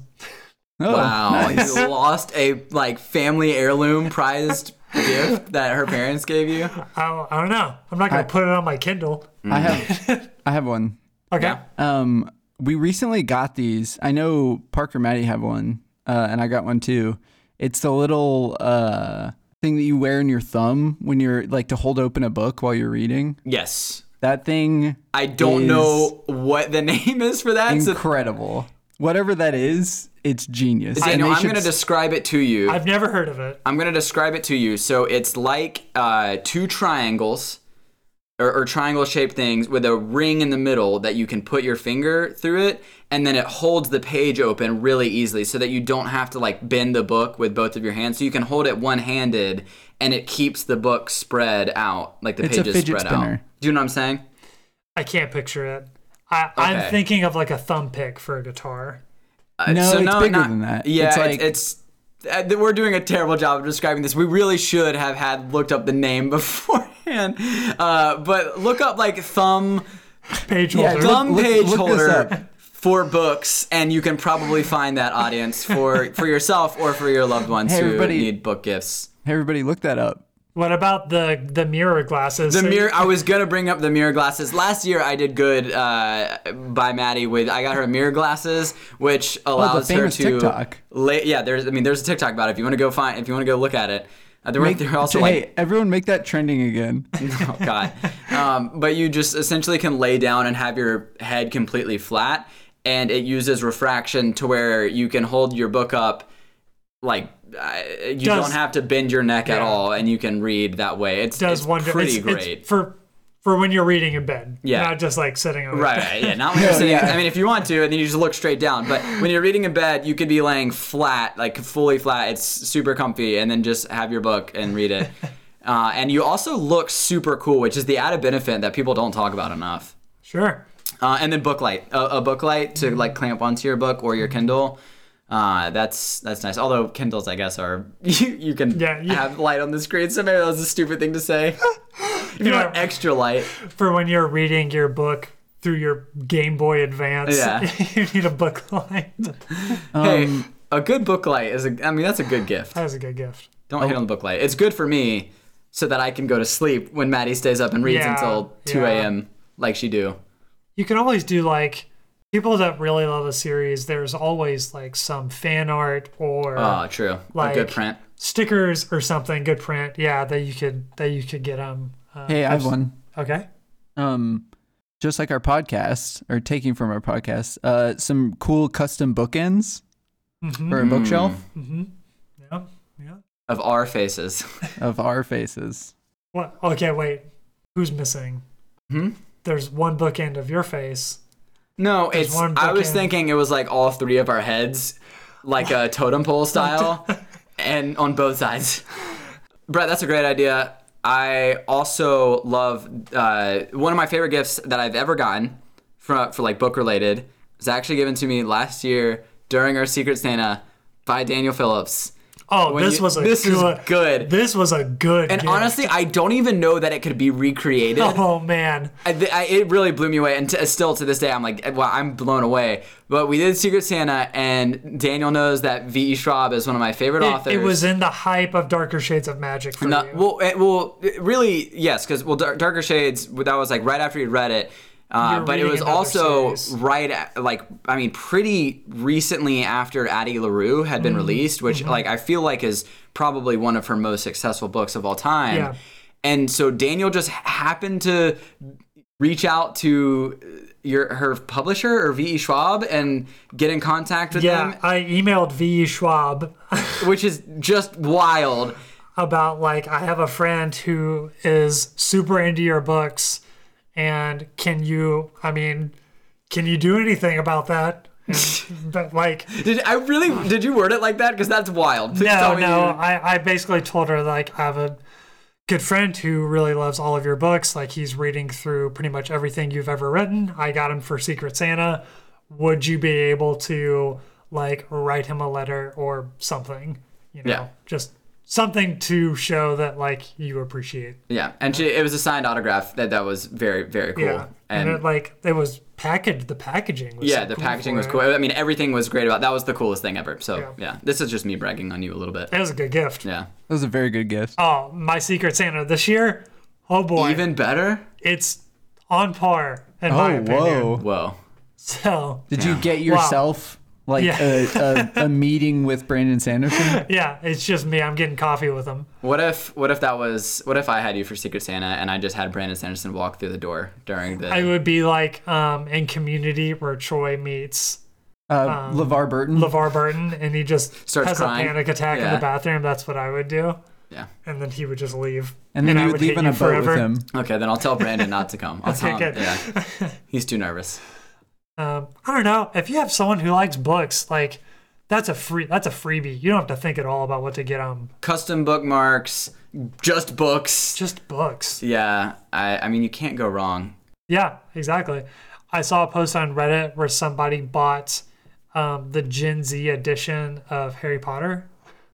[SPEAKER 3] Oh,
[SPEAKER 1] wow,
[SPEAKER 3] nice.
[SPEAKER 1] you lost a like family heirloom prized gift that her parents gave you.
[SPEAKER 2] I don't, I don't know. I'm not gonna
[SPEAKER 3] I-
[SPEAKER 2] put it on my Kindle.
[SPEAKER 3] Oh, I
[SPEAKER 2] Mm.
[SPEAKER 3] have, I have one.
[SPEAKER 2] Okay.
[SPEAKER 1] Yeah.
[SPEAKER 3] Um, we recently got these. I know Parker Maddie have one, uh, and I got one too. It's the little uh, thing that you wear in your thumb when you're like to hold open a book while you're reading.
[SPEAKER 1] Yes,
[SPEAKER 3] That thing,
[SPEAKER 1] I don't
[SPEAKER 3] Is-
[SPEAKER 1] know what the name is for that. So,
[SPEAKER 3] incredible. Whatever that is, it's genius.
[SPEAKER 1] Zane,
[SPEAKER 3] And they
[SPEAKER 1] I'm
[SPEAKER 3] should
[SPEAKER 1] gonna
[SPEAKER 3] s-
[SPEAKER 1] describe it to you.
[SPEAKER 2] I've never heard of it.
[SPEAKER 1] I'm gonna describe it to you. So it's like uh, two triangles or, or triangle shaped things with a ring in the middle that you can put your finger through it, and then it holds the page open really easily so that you don't have to like bend the book with both of your hands. So you can hold it one handed, and it keeps the book spread out, like the
[SPEAKER 3] It's a
[SPEAKER 1] pages
[SPEAKER 3] fidget
[SPEAKER 1] spread out.
[SPEAKER 3] spinner.
[SPEAKER 1] Do you know what I'm saying?
[SPEAKER 2] I can't picture it. I, I'm
[SPEAKER 1] Okay.
[SPEAKER 2] thinking of like a thumb pick for a guitar.
[SPEAKER 1] Uh,
[SPEAKER 3] No, it's bigger than that.
[SPEAKER 1] Yeah,
[SPEAKER 3] It's
[SPEAKER 1] it's
[SPEAKER 3] like-
[SPEAKER 1] it's. uh, th- we're doing a terrible job of describing this. We really should have had looked up the name beforehand. Uh, but look up like thumb
[SPEAKER 2] Page
[SPEAKER 3] Yeah,
[SPEAKER 2] holder.
[SPEAKER 3] look-
[SPEAKER 1] thumb page
[SPEAKER 3] look this up.
[SPEAKER 1] holder for books, and you can probably find that audience for for yourself or for your loved ones
[SPEAKER 3] Hey,
[SPEAKER 1] who
[SPEAKER 3] everybody.
[SPEAKER 1] need book gifts.
[SPEAKER 3] Hey, everybody, look that up.
[SPEAKER 2] What about the the mirror glasses?
[SPEAKER 1] The
[SPEAKER 2] So-
[SPEAKER 1] mirror. I was gonna bring up the mirror glasses. Last year, I did good uh, by Maddie with I got her mirror glasses, which
[SPEAKER 2] Oh,
[SPEAKER 1] allows her
[SPEAKER 3] famous
[SPEAKER 1] to.
[SPEAKER 3] TikTok.
[SPEAKER 1] La- yeah, there's. I mean, there's a TikTok about it. If you want to go find, if you want to go look at it, uh, they're,
[SPEAKER 3] Make-
[SPEAKER 1] they're also
[SPEAKER 3] hey,
[SPEAKER 1] like.
[SPEAKER 3] everyone, make that trending again.
[SPEAKER 1] Oh God. Um, but you just essentially can lay down and have your head completely flat, and it uses refraction to where you can hold your book up, like. Uh, you
[SPEAKER 2] Does-
[SPEAKER 1] don't have to bend your neck at
[SPEAKER 2] Yeah.
[SPEAKER 1] all, and you can read that way. It's,
[SPEAKER 2] does
[SPEAKER 1] it's
[SPEAKER 2] wonder.
[SPEAKER 1] pretty
[SPEAKER 2] it's,
[SPEAKER 1] great.
[SPEAKER 2] it's for for when you're reading in bed.
[SPEAKER 1] Yeah.
[SPEAKER 2] Not just like sitting over.
[SPEAKER 1] Right, right, yeah. Not when you're sitting. I mean, if you want to, and then you just look straight down. But when you're reading in bed, you could be laying flat, like fully flat. It's super comfy, and then just have your book and read it. Uh, and you also look super cool, which is the added benefit that people don't talk about enough.
[SPEAKER 2] Sure.
[SPEAKER 1] Uh, and then book light, a, a book light to like clamp onto your book or your Kindle. Uh, that's that's nice. Although Kindles, I guess, are you, you can
[SPEAKER 2] Yeah, yeah.
[SPEAKER 1] have light on the screen. So maybe that was a stupid thing to say. if you want
[SPEAKER 2] Yeah.
[SPEAKER 1] extra light,
[SPEAKER 2] For when you're reading your book through your Game Boy Advance.
[SPEAKER 1] Yeah.
[SPEAKER 2] you need a book light.
[SPEAKER 1] hey,
[SPEAKER 2] Um,
[SPEAKER 1] a good book light is. A, I mean, that's a good gift.
[SPEAKER 2] That was a good gift.
[SPEAKER 1] Don't hit on the book light. It's good for me so that I can go to sleep when Maddie stays up and reads
[SPEAKER 2] Yeah,
[SPEAKER 1] until 2
[SPEAKER 2] yeah.
[SPEAKER 1] a.m. like she do.
[SPEAKER 2] you can always do like people that really love a series there's always like some fan art or
[SPEAKER 1] Oh, true. a
[SPEAKER 2] Like-
[SPEAKER 1] good print.
[SPEAKER 2] stickers or something good print yeah that you could that you could get um uh,
[SPEAKER 3] Hey, I have one.
[SPEAKER 2] okay
[SPEAKER 3] um just like our podcast or taking from our podcast uh some cool custom bookends
[SPEAKER 2] Mm-hmm,
[SPEAKER 3] for a bookshelf
[SPEAKER 2] yeah yeah
[SPEAKER 1] Of our faces.
[SPEAKER 3] of our faces
[SPEAKER 2] what okay wait who's missing
[SPEAKER 1] Hmm?
[SPEAKER 2] there's one bookend of your face
[SPEAKER 1] No,
[SPEAKER 2] There's
[SPEAKER 1] it's.
[SPEAKER 2] one
[SPEAKER 1] I was
[SPEAKER 2] bookend.
[SPEAKER 1] thinking it was like all three of our heads, like a totem pole style, and on both sides. Brett, that's a great idea. I also love uh, one of my favorite gifts that I've ever gotten for, for like book related. was actually given to me last year during our Secret Santa by Daniel Phillips.
[SPEAKER 2] Oh,
[SPEAKER 1] When
[SPEAKER 2] this
[SPEAKER 1] you-
[SPEAKER 2] was a
[SPEAKER 1] this is
[SPEAKER 2] good,
[SPEAKER 1] good.
[SPEAKER 2] This was a good.
[SPEAKER 1] And honestly, I don't even know that it could be recreated.
[SPEAKER 2] oh man,
[SPEAKER 1] I, th- I, it really blew me away, and t- still to this day, I'm like, well, I'm blown away. But we did Secret Santa, and Daniel knows that V.E. Schwab is one of my favorite
[SPEAKER 2] it,
[SPEAKER 1] authors.
[SPEAKER 2] it was in the hype of Darker Shades of Magic for
[SPEAKER 1] No,
[SPEAKER 2] you.
[SPEAKER 1] well, it, well, it- really, yes, because well, Dar- Darker Shades that was like right after you read it, uh,
[SPEAKER 2] You're
[SPEAKER 1] but it
[SPEAKER 2] reading
[SPEAKER 1] was
[SPEAKER 2] another
[SPEAKER 1] also
[SPEAKER 2] series.
[SPEAKER 1] right at, like I mean, pretty recently after Addie LaRue had
[SPEAKER 2] Mm-hmm.
[SPEAKER 1] been released, which like I feel like is probably one of her most successful books of all time.
[SPEAKER 2] Yeah.
[SPEAKER 1] And so Daniel just happened to reach out to uh, your her publisher or V.E. Schwab and get in contact with
[SPEAKER 2] yeah,
[SPEAKER 1] them,
[SPEAKER 2] I emailed V. Schwab
[SPEAKER 1] which is just wild.
[SPEAKER 2] about like I have a friend who is super into your books, and can you? I mean, can you do anything about that? And, but like,
[SPEAKER 1] Did I really? Did you word it like that? Because that's wild. Please tell
[SPEAKER 2] no,
[SPEAKER 1] me
[SPEAKER 2] no.
[SPEAKER 1] you-
[SPEAKER 2] I, I basically told her like I have a good friend who really loves all of your books. Like he's reading through pretty much everything you've ever written. I got him for Secret Santa. Would you be able to like write him a letter or something? You know,
[SPEAKER 1] Yeah.
[SPEAKER 2] just something to show that like you appreciate.
[SPEAKER 1] Yeah, and she, it was a signed autograph that that was very very cool.
[SPEAKER 2] Yeah, and,
[SPEAKER 1] And,
[SPEAKER 2] it, like it was packaged. The packaging was
[SPEAKER 1] yeah,
[SPEAKER 2] so
[SPEAKER 1] the
[SPEAKER 2] cool
[SPEAKER 1] packaging
[SPEAKER 2] for
[SPEAKER 1] was
[SPEAKER 2] it.
[SPEAKER 1] cool. I mean, everything was great about that was the coolest thing ever. So yeah.
[SPEAKER 2] Yeah.
[SPEAKER 1] this is just me bragging on you a little bit.
[SPEAKER 2] It was a good gift.
[SPEAKER 1] Yeah,
[SPEAKER 3] That was a very good gift.
[SPEAKER 2] Oh, my Secret Santa this year. Oh boy,
[SPEAKER 1] even better.
[SPEAKER 2] it's on par in my
[SPEAKER 3] Oh,
[SPEAKER 2] opinion.
[SPEAKER 3] whoa.
[SPEAKER 1] Whoa.
[SPEAKER 2] So
[SPEAKER 3] Did you get yourself like
[SPEAKER 2] Yeah. Um,
[SPEAKER 3] a, a, a meeting with Brandon Sanderson?
[SPEAKER 2] yeah, it's just me. I'm getting coffee with him.
[SPEAKER 1] What if what if that was what if I had you for Secret Santa and I just had Brandon Sanderson walk through the door during the
[SPEAKER 2] It would be like um, in Community where Troy meets
[SPEAKER 3] Uh, LeVar Burton?
[SPEAKER 2] LeVar Burton and he just
[SPEAKER 1] Starts
[SPEAKER 2] has
[SPEAKER 1] crying.
[SPEAKER 2] a panic attack in
[SPEAKER 1] Yeah.
[SPEAKER 2] the bathroom. That's what I would do,
[SPEAKER 1] yeah.
[SPEAKER 2] and then he would just leave.
[SPEAKER 3] and then
[SPEAKER 2] I
[SPEAKER 3] you would leave
[SPEAKER 2] hate
[SPEAKER 3] on
[SPEAKER 2] you
[SPEAKER 3] a boat with him.
[SPEAKER 1] Okay, then I'll tell Brandon not to come. I'll tell
[SPEAKER 2] Okay,
[SPEAKER 1] him.
[SPEAKER 2] good.
[SPEAKER 1] Yeah. He's too nervous.
[SPEAKER 2] Um, I don't know if you have someone who likes books, like that's a free that's a freebie. You don't have to think at all about what to get um, them.
[SPEAKER 1] Custom bookmarks, just books.
[SPEAKER 2] Just books.
[SPEAKER 1] Yeah, I I mean you can't go wrong.
[SPEAKER 2] Yeah, exactly. I saw a post on Reddit where somebody bought um, the Gen Z edition of Harry Potter.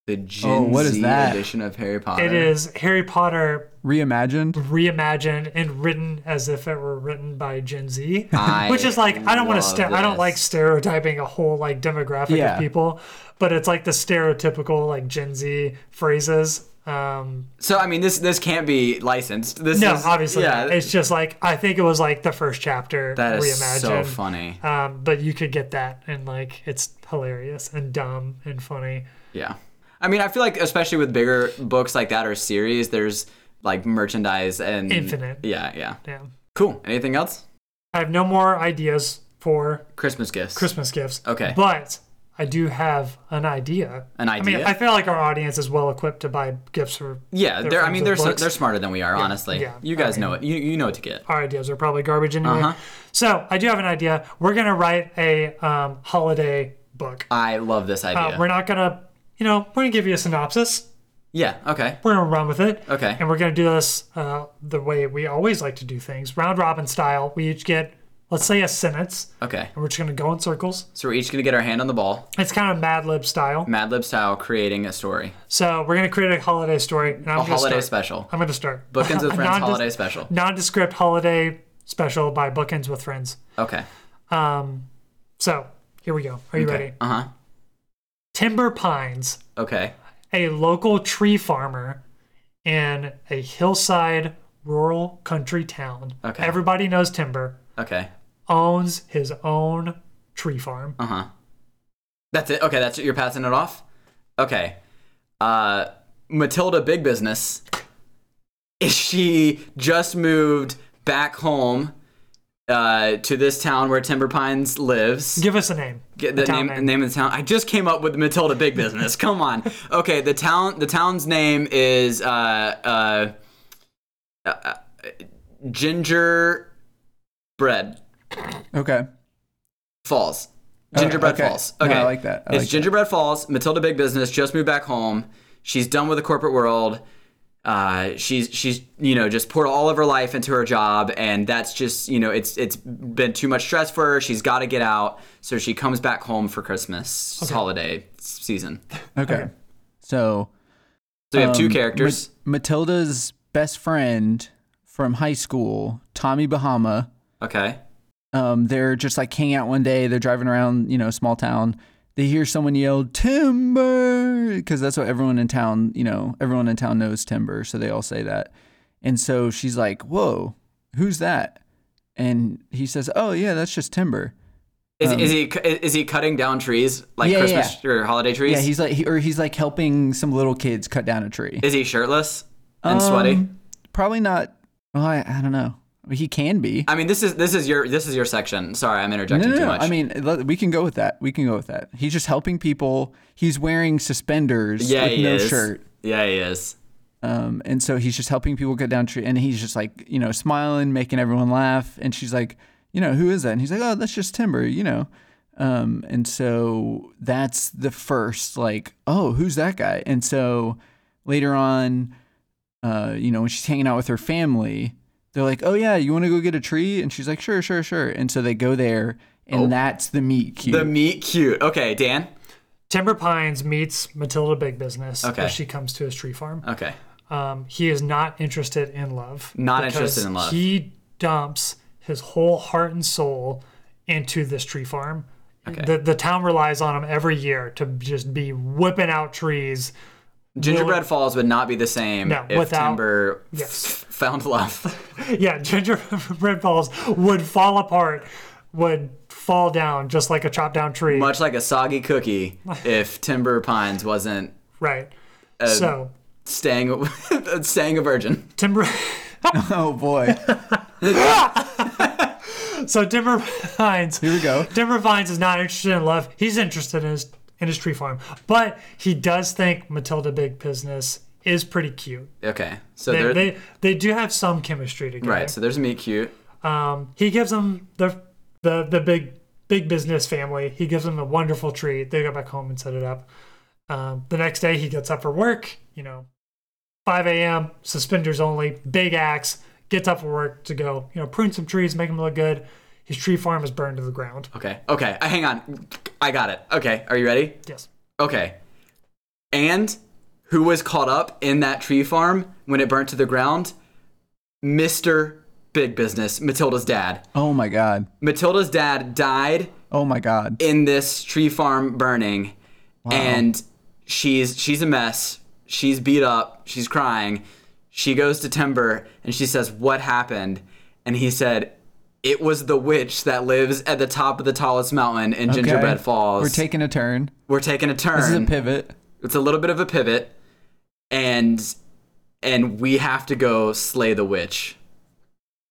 [SPEAKER 1] The Gen
[SPEAKER 3] Oh, what is
[SPEAKER 1] Z
[SPEAKER 3] that?
[SPEAKER 1] edition of Harry Potter.
[SPEAKER 2] It is Harry Potter
[SPEAKER 3] Reimagined?
[SPEAKER 2] reimagined and written as if it were written by Gen Z,
[SPEAKER 1] I
[SPEAKER 2] which is like I don't want to
[SPEAKER 1] love
[SPEAKER 2] st- I don't
[SPEAKER 1] this.
[SPEAKER 2] like stereotyping a whole like demographic
[SPEAKER 3] Yeah.
[SPEAKER 2] of people, but it's like the stereotypical like Gen Z phrases. Um,
[SPEAKER 1] So I mean, this this can't be licensed. This
[SPEAKER 2] no,
[SPEAKER 1] is,
[SPEAKER 2] obviously,
[SPEAKER 1] yeah.
[SPEAKER 2] not. it's just like I think it was like the first chapter
[SPEAKER 1] that is
[SPEAKER 2] reimagined.
[SPEAKER 1] so funny.
[SPEAKER 2] Um, but you could get that, and like it's hilarious and dumb and funny.
[SPEAKER 1] Yeah, I mean, I feel like especially with bigger books like that or series, there's like merchandise and
[SPEAKER 2] Infinite.
[SPEAKER 1] Yeah, yeah.
[SPEAKER 2] Yeah,
[SPEAKER 1] Cool. Anything else?
[SPEAKER 2] I have no more ideas for
[SPEAKER 1] Christmas gifts.
[SPEAKER 2] Christmas gifts.
[SPEAKER 1] Okay.
[SPEAKER 2] but I do have an idea.
[SPEAKER 1] An
[SPEAKER 2] I mean,
[SPEAKER 1] idea?
[SPEAKER 2] I feel like our audience is well equipped to buy gifts for.
[SPEAKER 1] yeah,
[SPEAKER 2] their
[SPEAKER 1] they're. I
[SPEAKER 2] friends
[SPEAKER 1] mean,
[SPEAKER 2] with
[SPEAKER 1] they're so,
[SPEAKER 2] books.
[SPEAKER 1] they're smarter than we are. honestly,
[SPEAKER 2] yeah,
[SPEAKER 1] you
[SPEAKER 2] I
[SPEAKER 1] guys
[SPEAKER 2] mean-
[SPEAKER 1] know it. You you know what to get.
[SPEAKER 2] Our ideas are probably garbage anyway.
[SPEAKER 1] Uh-huh.
[SPEAKER 2] So I do have an idea. We're gonna write a um, holiday book.
[SPEAKER 1] I love this
[SPEAKER 2] Uh,
[SPEAKER 1] idea.
[SPEAKER 2] We're not gonna, you know, we're gonna give you a synopsis.
[SPEAKER 1] yeah. Okay.
[SPEAKER 2] We're gonna run with it.
[SPEAKER 1] Okay.
[SPEAKER 2] And we're going to do this uh, the way we always like to do things, round robin style. We each get, let's say, a sentence,
[SPEAKER 1] Okay.
[SPEAKER 2] and we're just going to go in circles.
[SPEAKER 1] So we're each gonna get our hand on the ball,
[SPEAKER 2] It's kind of Mad Lib style.
[SPEAKER 1] Mad Lib style, creating a story,
[SPEAKER 2] So we're going to create a holiday story, and I'm
[SPEAKER 1] a
[SPEAKER 2] going to
[SPEAKER 1] holiday
[SPEAKER 2] start.
[SPEAKER 1] special.
[SPEAKER 2] I'm going to start.
[SPEAKER 1] Bookends with
[SPEAKER 2] A
[SPEAKER 1] friends
[SPEAKER 2] nondis-
[SPEAKER 1] holiday special.
[SPEAKER 2] Nondescript holiday special by Bookends with Friends.
[SPEAKER 1] Okay.
[SPEAKER 2] Um, so here we go. Are you ready?
[SPEAKER 1] Uh huh.
[SPEAKER 2] Timber Pines,
[SPEAKER 1] Okay.
[SPEAKER 2] a local tree farmer in a hillside rural country town.
[SPEAKER 1] Okay.
[SPEAKER 2] Everybody knows timber.
[SPEAKER 1] Okay.
[SPEAKER 2] owns his own tree farm.
[SPEAKER 1] Uh huh. That's it. Okay, that's it. You're passing it off. Okay. Uh, Matilda Big Business. Is she just moved back home uh, to this town where Timber Pines lives?
[SPEAKER 2] Give us a name.
[SPEAKER 1] Get
[SPEAKER 2] A
[SPEAKER 1] the
[SPEAKER 2] town
[SPEAKER 1] name, name of the town. I just came up with Matilda Big Business. Come on. Okay, the town. The town's name is uh, uh, uh, uh, Ginger Bread
[SPEAKER 2] Mm-hmm.
[SPEAKER 3] Okay.
[SPEAKER 1] Falls. Gingerbread
[SPEAKER 3] okay.
[SPEAKER 1] Falls.
[SPEAKER 3] No,
[SPEAKER 1] Okay,
[SPEAKER 3] I like that. I
[SPEAKER 1] it's
[SPEAKER 3] like that.
[SPEAKER 1] Gingerbread Falls. Matilda Big Business just moved back home. She's done with the corporate world. uh, she's she's you know just poured all of her life into her job, and that's just you know it's it's been too much stress for her. She's got to get out, so she comes back home for Christmas holiday season.
[SPEAKER 3] Okay. So
[SPEAKER 1] So we have two
[SPEAKER 3] um,
[SPEAKER 1] characters.
[SPEAKER 3] Ma- Matilda's best friend from high school, Tommy Bahama.
[SPEAKER 1] okay.
[SPEAKER 3] Um, they're just like hanging out one day. They're driving around, you know, small town. They hear someone yell timber because that's what everyone in town, you know, everyone in town knows timber, so they all say that. And so she's like, "Whoa, who's that?" And he says, "Oh yeah, that's just timber."
[SPEAKER 1] Is, is he cu- is he cutting down trees like
[SPEAKER 3] um, Yeah,
[SPEAKER 1] Christmas or holiday trees?
[SPEAKER 3] Yeah, he's like, he, or he's like helping some little kids cut down a tree.
[SPEAKER 1] is he shirtless and sweaty?
[SPEAKER 3] Um, Probably not. Well, I, I don't know. He can be.
[SPEAKER 1] I mean, this is this is your this is your section. Sorry, I'm
[SPEAKER 3] No,
[SPEAKER 1] interjecting
[SPEAKER 3] no,
[SPEAKER 1] too
[SPEAKER 3] no.
[SPEAKER 1] much.
[SPEAKER 3] I mean, let- we can go with that. We can go with that. He's just helping people. He's wearing suspenders
[SPEAKER 1] yeah,
[SPEAKER 3] with
[SPEAKER 1] he
[SPEAKER 3] no
[SPEAKER 1] is.
[SPEAKER 3] shirt.
[SPEAKER 1] Yeah, he is.
[SPEAKER 3] Um, and so he's just helping people get down tree. And he's just like, you know, smiling, making everyone laugh. And she's like, you know, who is that? And he's like, oh, that's just Timber, you know. Um, and so that's the first, like, oh, who's that guy? And so later on, uh, you know, when she's hanging out with her family, they're like, "Oh yeah, you want to go get a tree?" And she's like, "Sure, sure, sure." And so they go there, and that's the meat cute.
[SPEAKER 1] Oh. The meat cute. Okay, Dan.
[SPEAKER 2] Timber Pines meets Matilda Big Business
[SPEAKER 1] Okay. Uh,
[SPEAKER 2] as she comes to his tree farm.
[SPEAKER 1] Okay.
[SPEAKER 2] Um, he is not interested in love.
[SPEAKER 1] Not
[SPEAKER 2] because
[SPEAKER 1] interested in love.
[SPEAKER 2] He dumps his whole heart and soul into this tree farm. The the town relies on him every year to just be whipping out trees.
[SPEAKER 1] Gingerbread Falls would not be the same
[SPEAKER 2] No,
[SPEAKER 1] if
[SPEAKER 2] without-
[SPEAKER 1] Timber
[SPEAKER 2] Yes.
[SPEAKER 1] found love.
[SPEAKER 2] Yeah, gingerbread falls would fall apart, would fall down just like a chopped down tree.
[SPEAKER 1] Much like a soggy cookie, if Timber Pines wasn't
[SPEAKER 2] right. so
[SPEAKER 1] staying staying a virgin.
[SPEAKER 2] timber
[SPEAKER 3] oh boy,
[SPEAKER 2] so timber pines
[SPEAKER 3] here we go.
[SPEAKER 2] Timber Vines is not interested in love. He's interested in his in his tree farm, but he does think Matilda Big Business is pretty cute.
[SPEAKER 1] Okay, so
[SPEAKER 2] They
[SPEAKER 1] there.
[SPEAKER 2] they, they do have some chemistry together.
[SPEAKER 1] Right, so there's a meat cute.
[SPEAKER 2] Um, he gives them the the the big big business family. He gives them a wonderful tree. They go back home and set it up. Um, the next day, he gets up for work. You know, 5 a.m. Suspenders only. Big axe gets up for work to go. You know, prune some trees, make them look good. His tree farm is burned to the ground.
[SPEAKER 1] Okay, okay, uh, hang on. I got it. Okay, are you ready?
[SPEAKER 2] Yes.
[SPEAKER 1] Okay. And who was caught up in that tree farm when it burnt to the ground? Mr. Big Business, Matilda's dad.
[SPEAKER 3] Oh my god.
[SPEAKER 1] Matilda's dad died
[SPEAKER 3] Oh my god.
[SPEAKER 1] in this tree farm burning and she's she's a mess she's beat up she's crying she goes to timber and she says what happened and he said it was the witch that lives at the top of the tallest mountain in gingerbread
[SPEAKER 3] Okay.
[SPEAKER 1] falls
[SPEAKER 3] We're taking a turn.
[SPEAKER 1] We're taking a turn
[SPEAKER 3] This is a pivot.
[SPEAKER 1] it's a little bit of a pivot and and we have to go slay the witch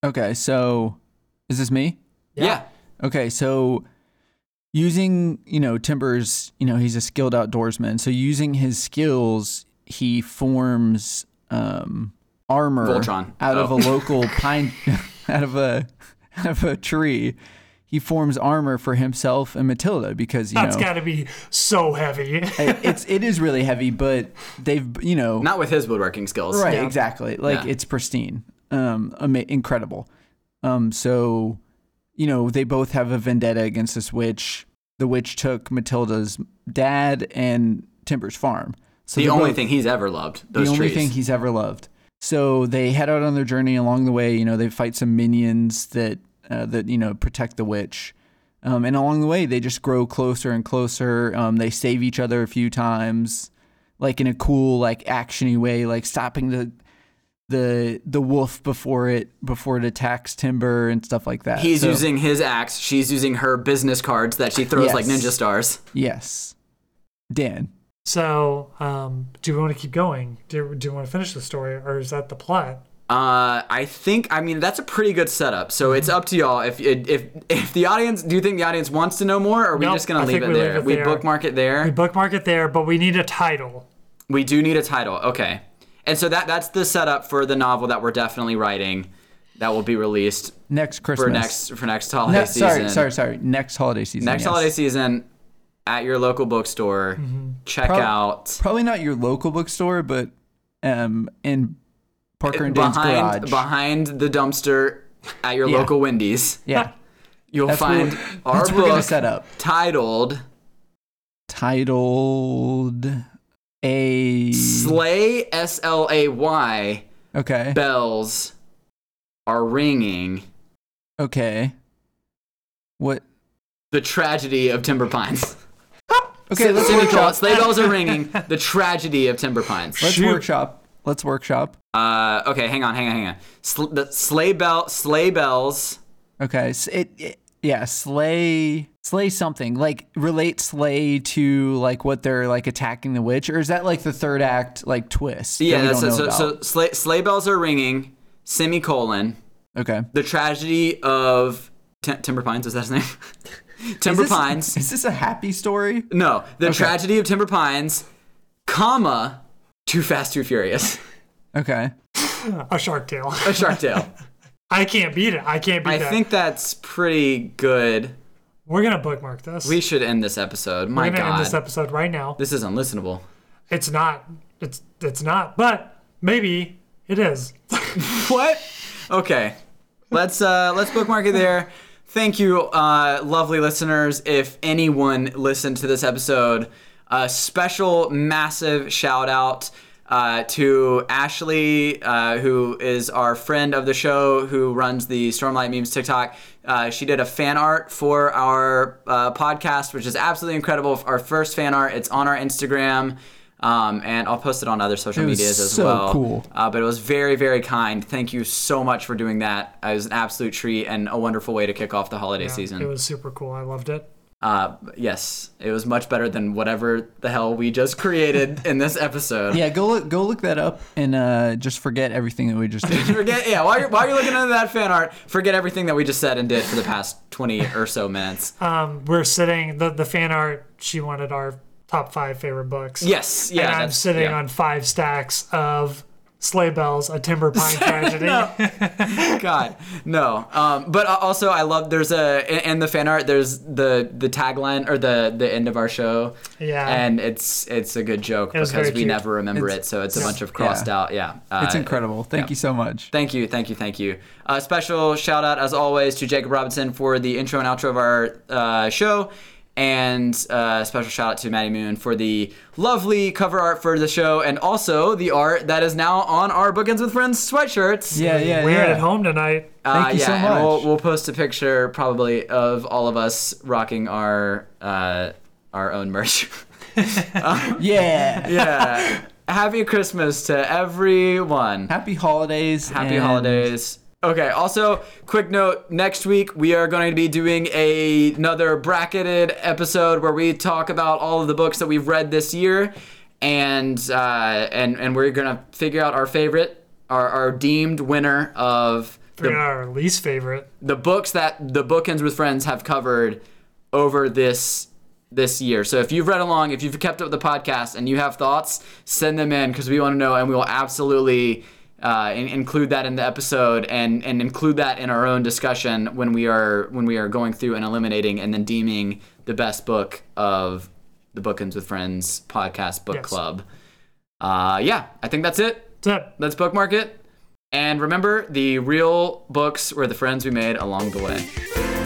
[SPEAKER 3] Okay, so is this me?
[SPEAKER 1] yeah,
[SPEAKER 3] Okay, so using, you know, Timbers, you know, he's a skilled outdoorsman. So using his skills, he forms um armor
[SPEAKER 1] Voltron.
[SPEAKER 3] out of
[SPEAKER 1] Oh.
[SPEAKER 3] a local pine out of a out of a tree. He forms armor for himself and Matilda because you
[SPEAKER 2] That's
[SPEAKER 3] know
[SPEAKER 2] got to be so heavy.
[SPEAKER 3] it- it's it is really heavy, but they've you know
[SPEAKER 1] not with his woodworking skills
[SPEAKER 3] Right, exactly. Like
[SPEAKER 1] Yeah.
[SPEAKER 3] it's pristine, um, ama- incredible. Um, so, you know, they both have a vendetta against this witch. The witch took Matilda's dad and Timber's farm. So
[SPEAKER 1] the
[SPEAKER 3] they're
[SPEAKER 1] only
[SPEAKER 3] both-
[SPEAKER 1] thing he's ever loved those
[SPEAKER 3] the only
[SPEAKER 1] trees
[SPEAKER 3] thing he's ever loved. So they head out on their journey. Along the way, you know, they fight some minions that uh, that you know protect the witch. Um, and along the way, they just grow closer and closer. Um, they save each other a few times, like in a cool, like actiony way, like stopping the the the wolf before it before it attacks timber and stuff like that.
[SPEAKER 1] He's
[SPEAKER 3] So-
[SPEAKER 1] using his axe. She's using her business cards that she throws like
[SPEAKER 3] Yes.
[SPEAKER 1] ninja stars.
[SPEAKER 3] yes, Dan.
[SPEAKER 2] So, um, do we want to keep going? Do, do we want to finish the story, or is that the plot?
[SPEAKER 1] Uh, I think. I mean, that's a pretty good setup. So it's up to y'all. If if if the audience, do you think the audience wants to know more? Or are we
[SPEAKER 2] Nope,
[SPEAKER 1] just gonna
[SPEAKER 2] I
[SPEAKER 1] leave
[SPEAKER 2] think
[SPEAKER 1] it,
[SPEAKER 2] we leave
[SPEAKER 1] there?
[SPEAKER 2] it
[SPEAKER 1] We
[SPEAKER 2] there.
[SPEAKER 1] bookmark it
[SPEAKER 2] We
[SPEAKER 1] there.
[SPEAKER 2] bookmark it there, but we need a title.
[SPEAKER 1] We do need a title. Okay. And so that that's the setup for the novel that we're definitely writing, that will be released
[SPEAKER 3] Next Christmas.
[SPEAKER 1] for next for next holiday
[SPEAKER 3] No,
[SPEAKER 1] season.
[SPEAKER 3] sorry, sorry, sorry. Next holiday season.
[SPEAKER 1] Next
[SPEAKER 3] yes.
[SPEAKER 1] holiday season, at your local bookstore, check
[SPEAKER 3] Prob-
[SPEAKER 1] out.
[SPEAKER 3] probably not your local bookstore, but um, in Parker and Dane's
[SPEAKER 1] behind
[SPEAKER 3] garage.
[SPEAKER 1] behind the dumpster at your
[SPEAKER 3] Yeah.
[SPEAKER 1] local Wendy's.
[SPEAKER 3] Yeah,
[SPEAKER 1] You'll
[SPEAKER 3] That's where-
[SPEAKER 1] find our
[SPEAKER 3] that's where we're gonna
[SPEAKER 1] book
[SPEAKER 3] set up.
[SPEAKER 1] titled
[SPEAKER 3] Titled a
[SPEAKER 1] "Slay S L A Y
[SPEAKER 3] okay
[SPEAKER 1] Bells Are Ringing:
[SPEAKER 3] okay. What?
[SPEAKER 1] The Tragedy of Timber Pines."
[SPEAKER 3] Okay, let's
[SPEAKER 1] Semicolon,
[SPEAKER 3] workshop.
[SPEAKER 1] Sleigh bells are ringing. The tragedy of timber pines.
[SPEAKER 3] Let's
[SPEAKER 2] Shoot.
[SPEAKER 3] workshop. Let's workshop.
[SPEAKER 1] Uh, okay, hang on, hang on, hang on. Sl- the sleigh bell, sleigh bells.
[SPEAKER 3] Okay, s it, it yeah, slay slay something like relate slay to like what they're like attacking the witch, or is that like the third act like twist? that
[SPEAKER 1] Yeah,
[SPEAKER 3] we
[SPEAKER 1] that's
[SPEAKER 3] don't
[SPEAKER 1] it.
[SPEAKER 3] know
[SPEAKER 1] So, so
[SPEAKER 3] about?
[SPEAKER 1] sleigh, sleigh bells are ringing. Semicolon.
[SPEAKER 3] okay.
[SPEAKER 1] The tragedy of Ti- timber pines. Is that his name? timber
[SPEAKER 3] Is this-
[SPEAKER 1] pines.
[SPEAKER 3] Is this a happy story?
[SPEAKER 1] No, the tragedy of timber pines, comma, too fast, too furious.
[SPEAKER 3] Okay.
[SPEAKER 2] A shark tale.
[SPEAKER 1] A Shark Tale.
[SPEAKER 2] I can't beat it. I can't beat
[SPEAKER 1] I
[SPEAKER 2] that.
[SPEAKER 1] think that's pretty good.
[SPEAKER 2] We're gonna bookmark this.
[SPEAKER 1] We should end this episode. My
[SPEAKER 2] We're gonna
[SPEAKER 1] God,
[SPEAKER 2] end
[SPEAKER 1] this,
[SPEAKER 2] this episode right now.
[SPEAKER 1] is unlistenable.
[SPEAKER 2] It's not. It's it's not. But maybe it is.
[SPEAKER 1] What? Okay, let's uh, let's bookmark it there. Thank you, uh, lovely listeners. If anyone listened to this episode, a special massive shout out uh, to Ashley, uh, who is our friend of the show, who runs the Stormlight Memes TikTok. Uh, she did a fan art for our uh, podcast, which is absolutely incredible. Our first fan art. It's on our Instagram. Um, and I'll post it on other social
[SPEAKER 3] It was
[SPEAKER 1] medias as
[SPEAKER 3] so
[SPEAKER 1] well.
[SPEAKER 3] cool.
[SPEAKER 1] Uh, but it was very, very kind. Thank you so much for doing that. It was an absolute treat and a wonderful way to kick off the holiday season.
[SPEAKER 2] It was super cool. I loved it.
[SPEAKER 1] uh, yes, it was much better than whatever the hell we just created in this episode.
[SPEAKER 3] Yeah, go look go look that up and uh, just forget everything that we just did.
[SPEAKER 1] Forget yeah. While you're while you're looking into that fan art, forget everything that we just said and did for the past twenty or so minutes.
[SPEAKER 2] Um, we're sitting the the fan art. She wanted our top five favorite books.
[SPEAKER 1] yes, yeah.
[SPEAKER 2] and I'm
[SPEAKER 1] that's-
[SPEAKER 2] sitting
[SPEAKER 1] yeah.
[SPEAKER 2] on five stacks of sleigh bells, a timber pine tragedy.
[SPEAKER 1] God, no. Um, but al- also, I love there's a in- in the fan art. There's the the tagline or the the end of our show.
[SPEAKER 2] Yeah.
[SPEAKER 1] And it's it's a good joke
[SPEAKER 2] was
[SPEAKER 1] because
[SPEAKER 2] very
[SPEAKER 1] we
[SPEAKER 2] cute.
[SPEAKER 1] never remember it, so it's a bunch of crossed
[SPEAKER 3] yeah.
[SPEAKER 1] out. Yeah. Uh,
[SPEAKER 3] It's incredible. Thank you so much.
[SPEAKER 1] Thank you, thank you, thank you. Uh, special shout out, as always, to Jacob Robinson for the intro and outro of our uh, show. And uh, special shout out to Maddie Moon for the lovely cover art for the show and also the art that is now on our Bookends with Friends sweatshirts.
[SPEAKER 3] Yeah, yeah,
[SPEAKER 2] We're
[SPEAKER 3] yeah.
[SPEAKER 2] at home tonight.
[SPEAKER 3] Thank
[SPEAKER 1] Uh,
[SPEAKER 3] you so
[SPEAKER 1] yeah, and we'll,
[SPEAKER 3] much.
[SPEAKER 1] we'll post a picture probably of all of us rocking our uh, our own merch.
[SPEAKER 3] Yeah.
[SPEAKER 1] yeah. Happy Christmas to everyone.
[SPEAKER 3] Happy holidays.
[SPEAKER 1] Happy
[SPEAKER 3] and-
[SPEAKER 1] holidays. Okay, also, quick note next week we are going to be doing a, another bracketed episode where we talk about all of the books that we've read this year. And, uh, and, and we're going to figure out our favorite, our, our deemed winner of
[SPEAKER 2] We're
[SPEAKER 1] the,
[SPEAKER 2] our least favorite.
[SPEAKER 1] the books that the bookends with friends have covered over this this year. So if you've read along, if you've kept up with the podcast and you have thoughts, send them in because we want to know, and we will absolutely uh, in- include that in the episode and and include that in our own discussion when we are when we are going through and eliminating and then deeming the best book of the Bookends with Friends podcast book
[SPEAKER 2] Yes.
[SPEAKER 1] club. Uh, yeah, I think that's it
[SPEAKER 2] That's it.
[SPEAKER 1] let's bookmark it. And remember, the real books were the friends we made along the way.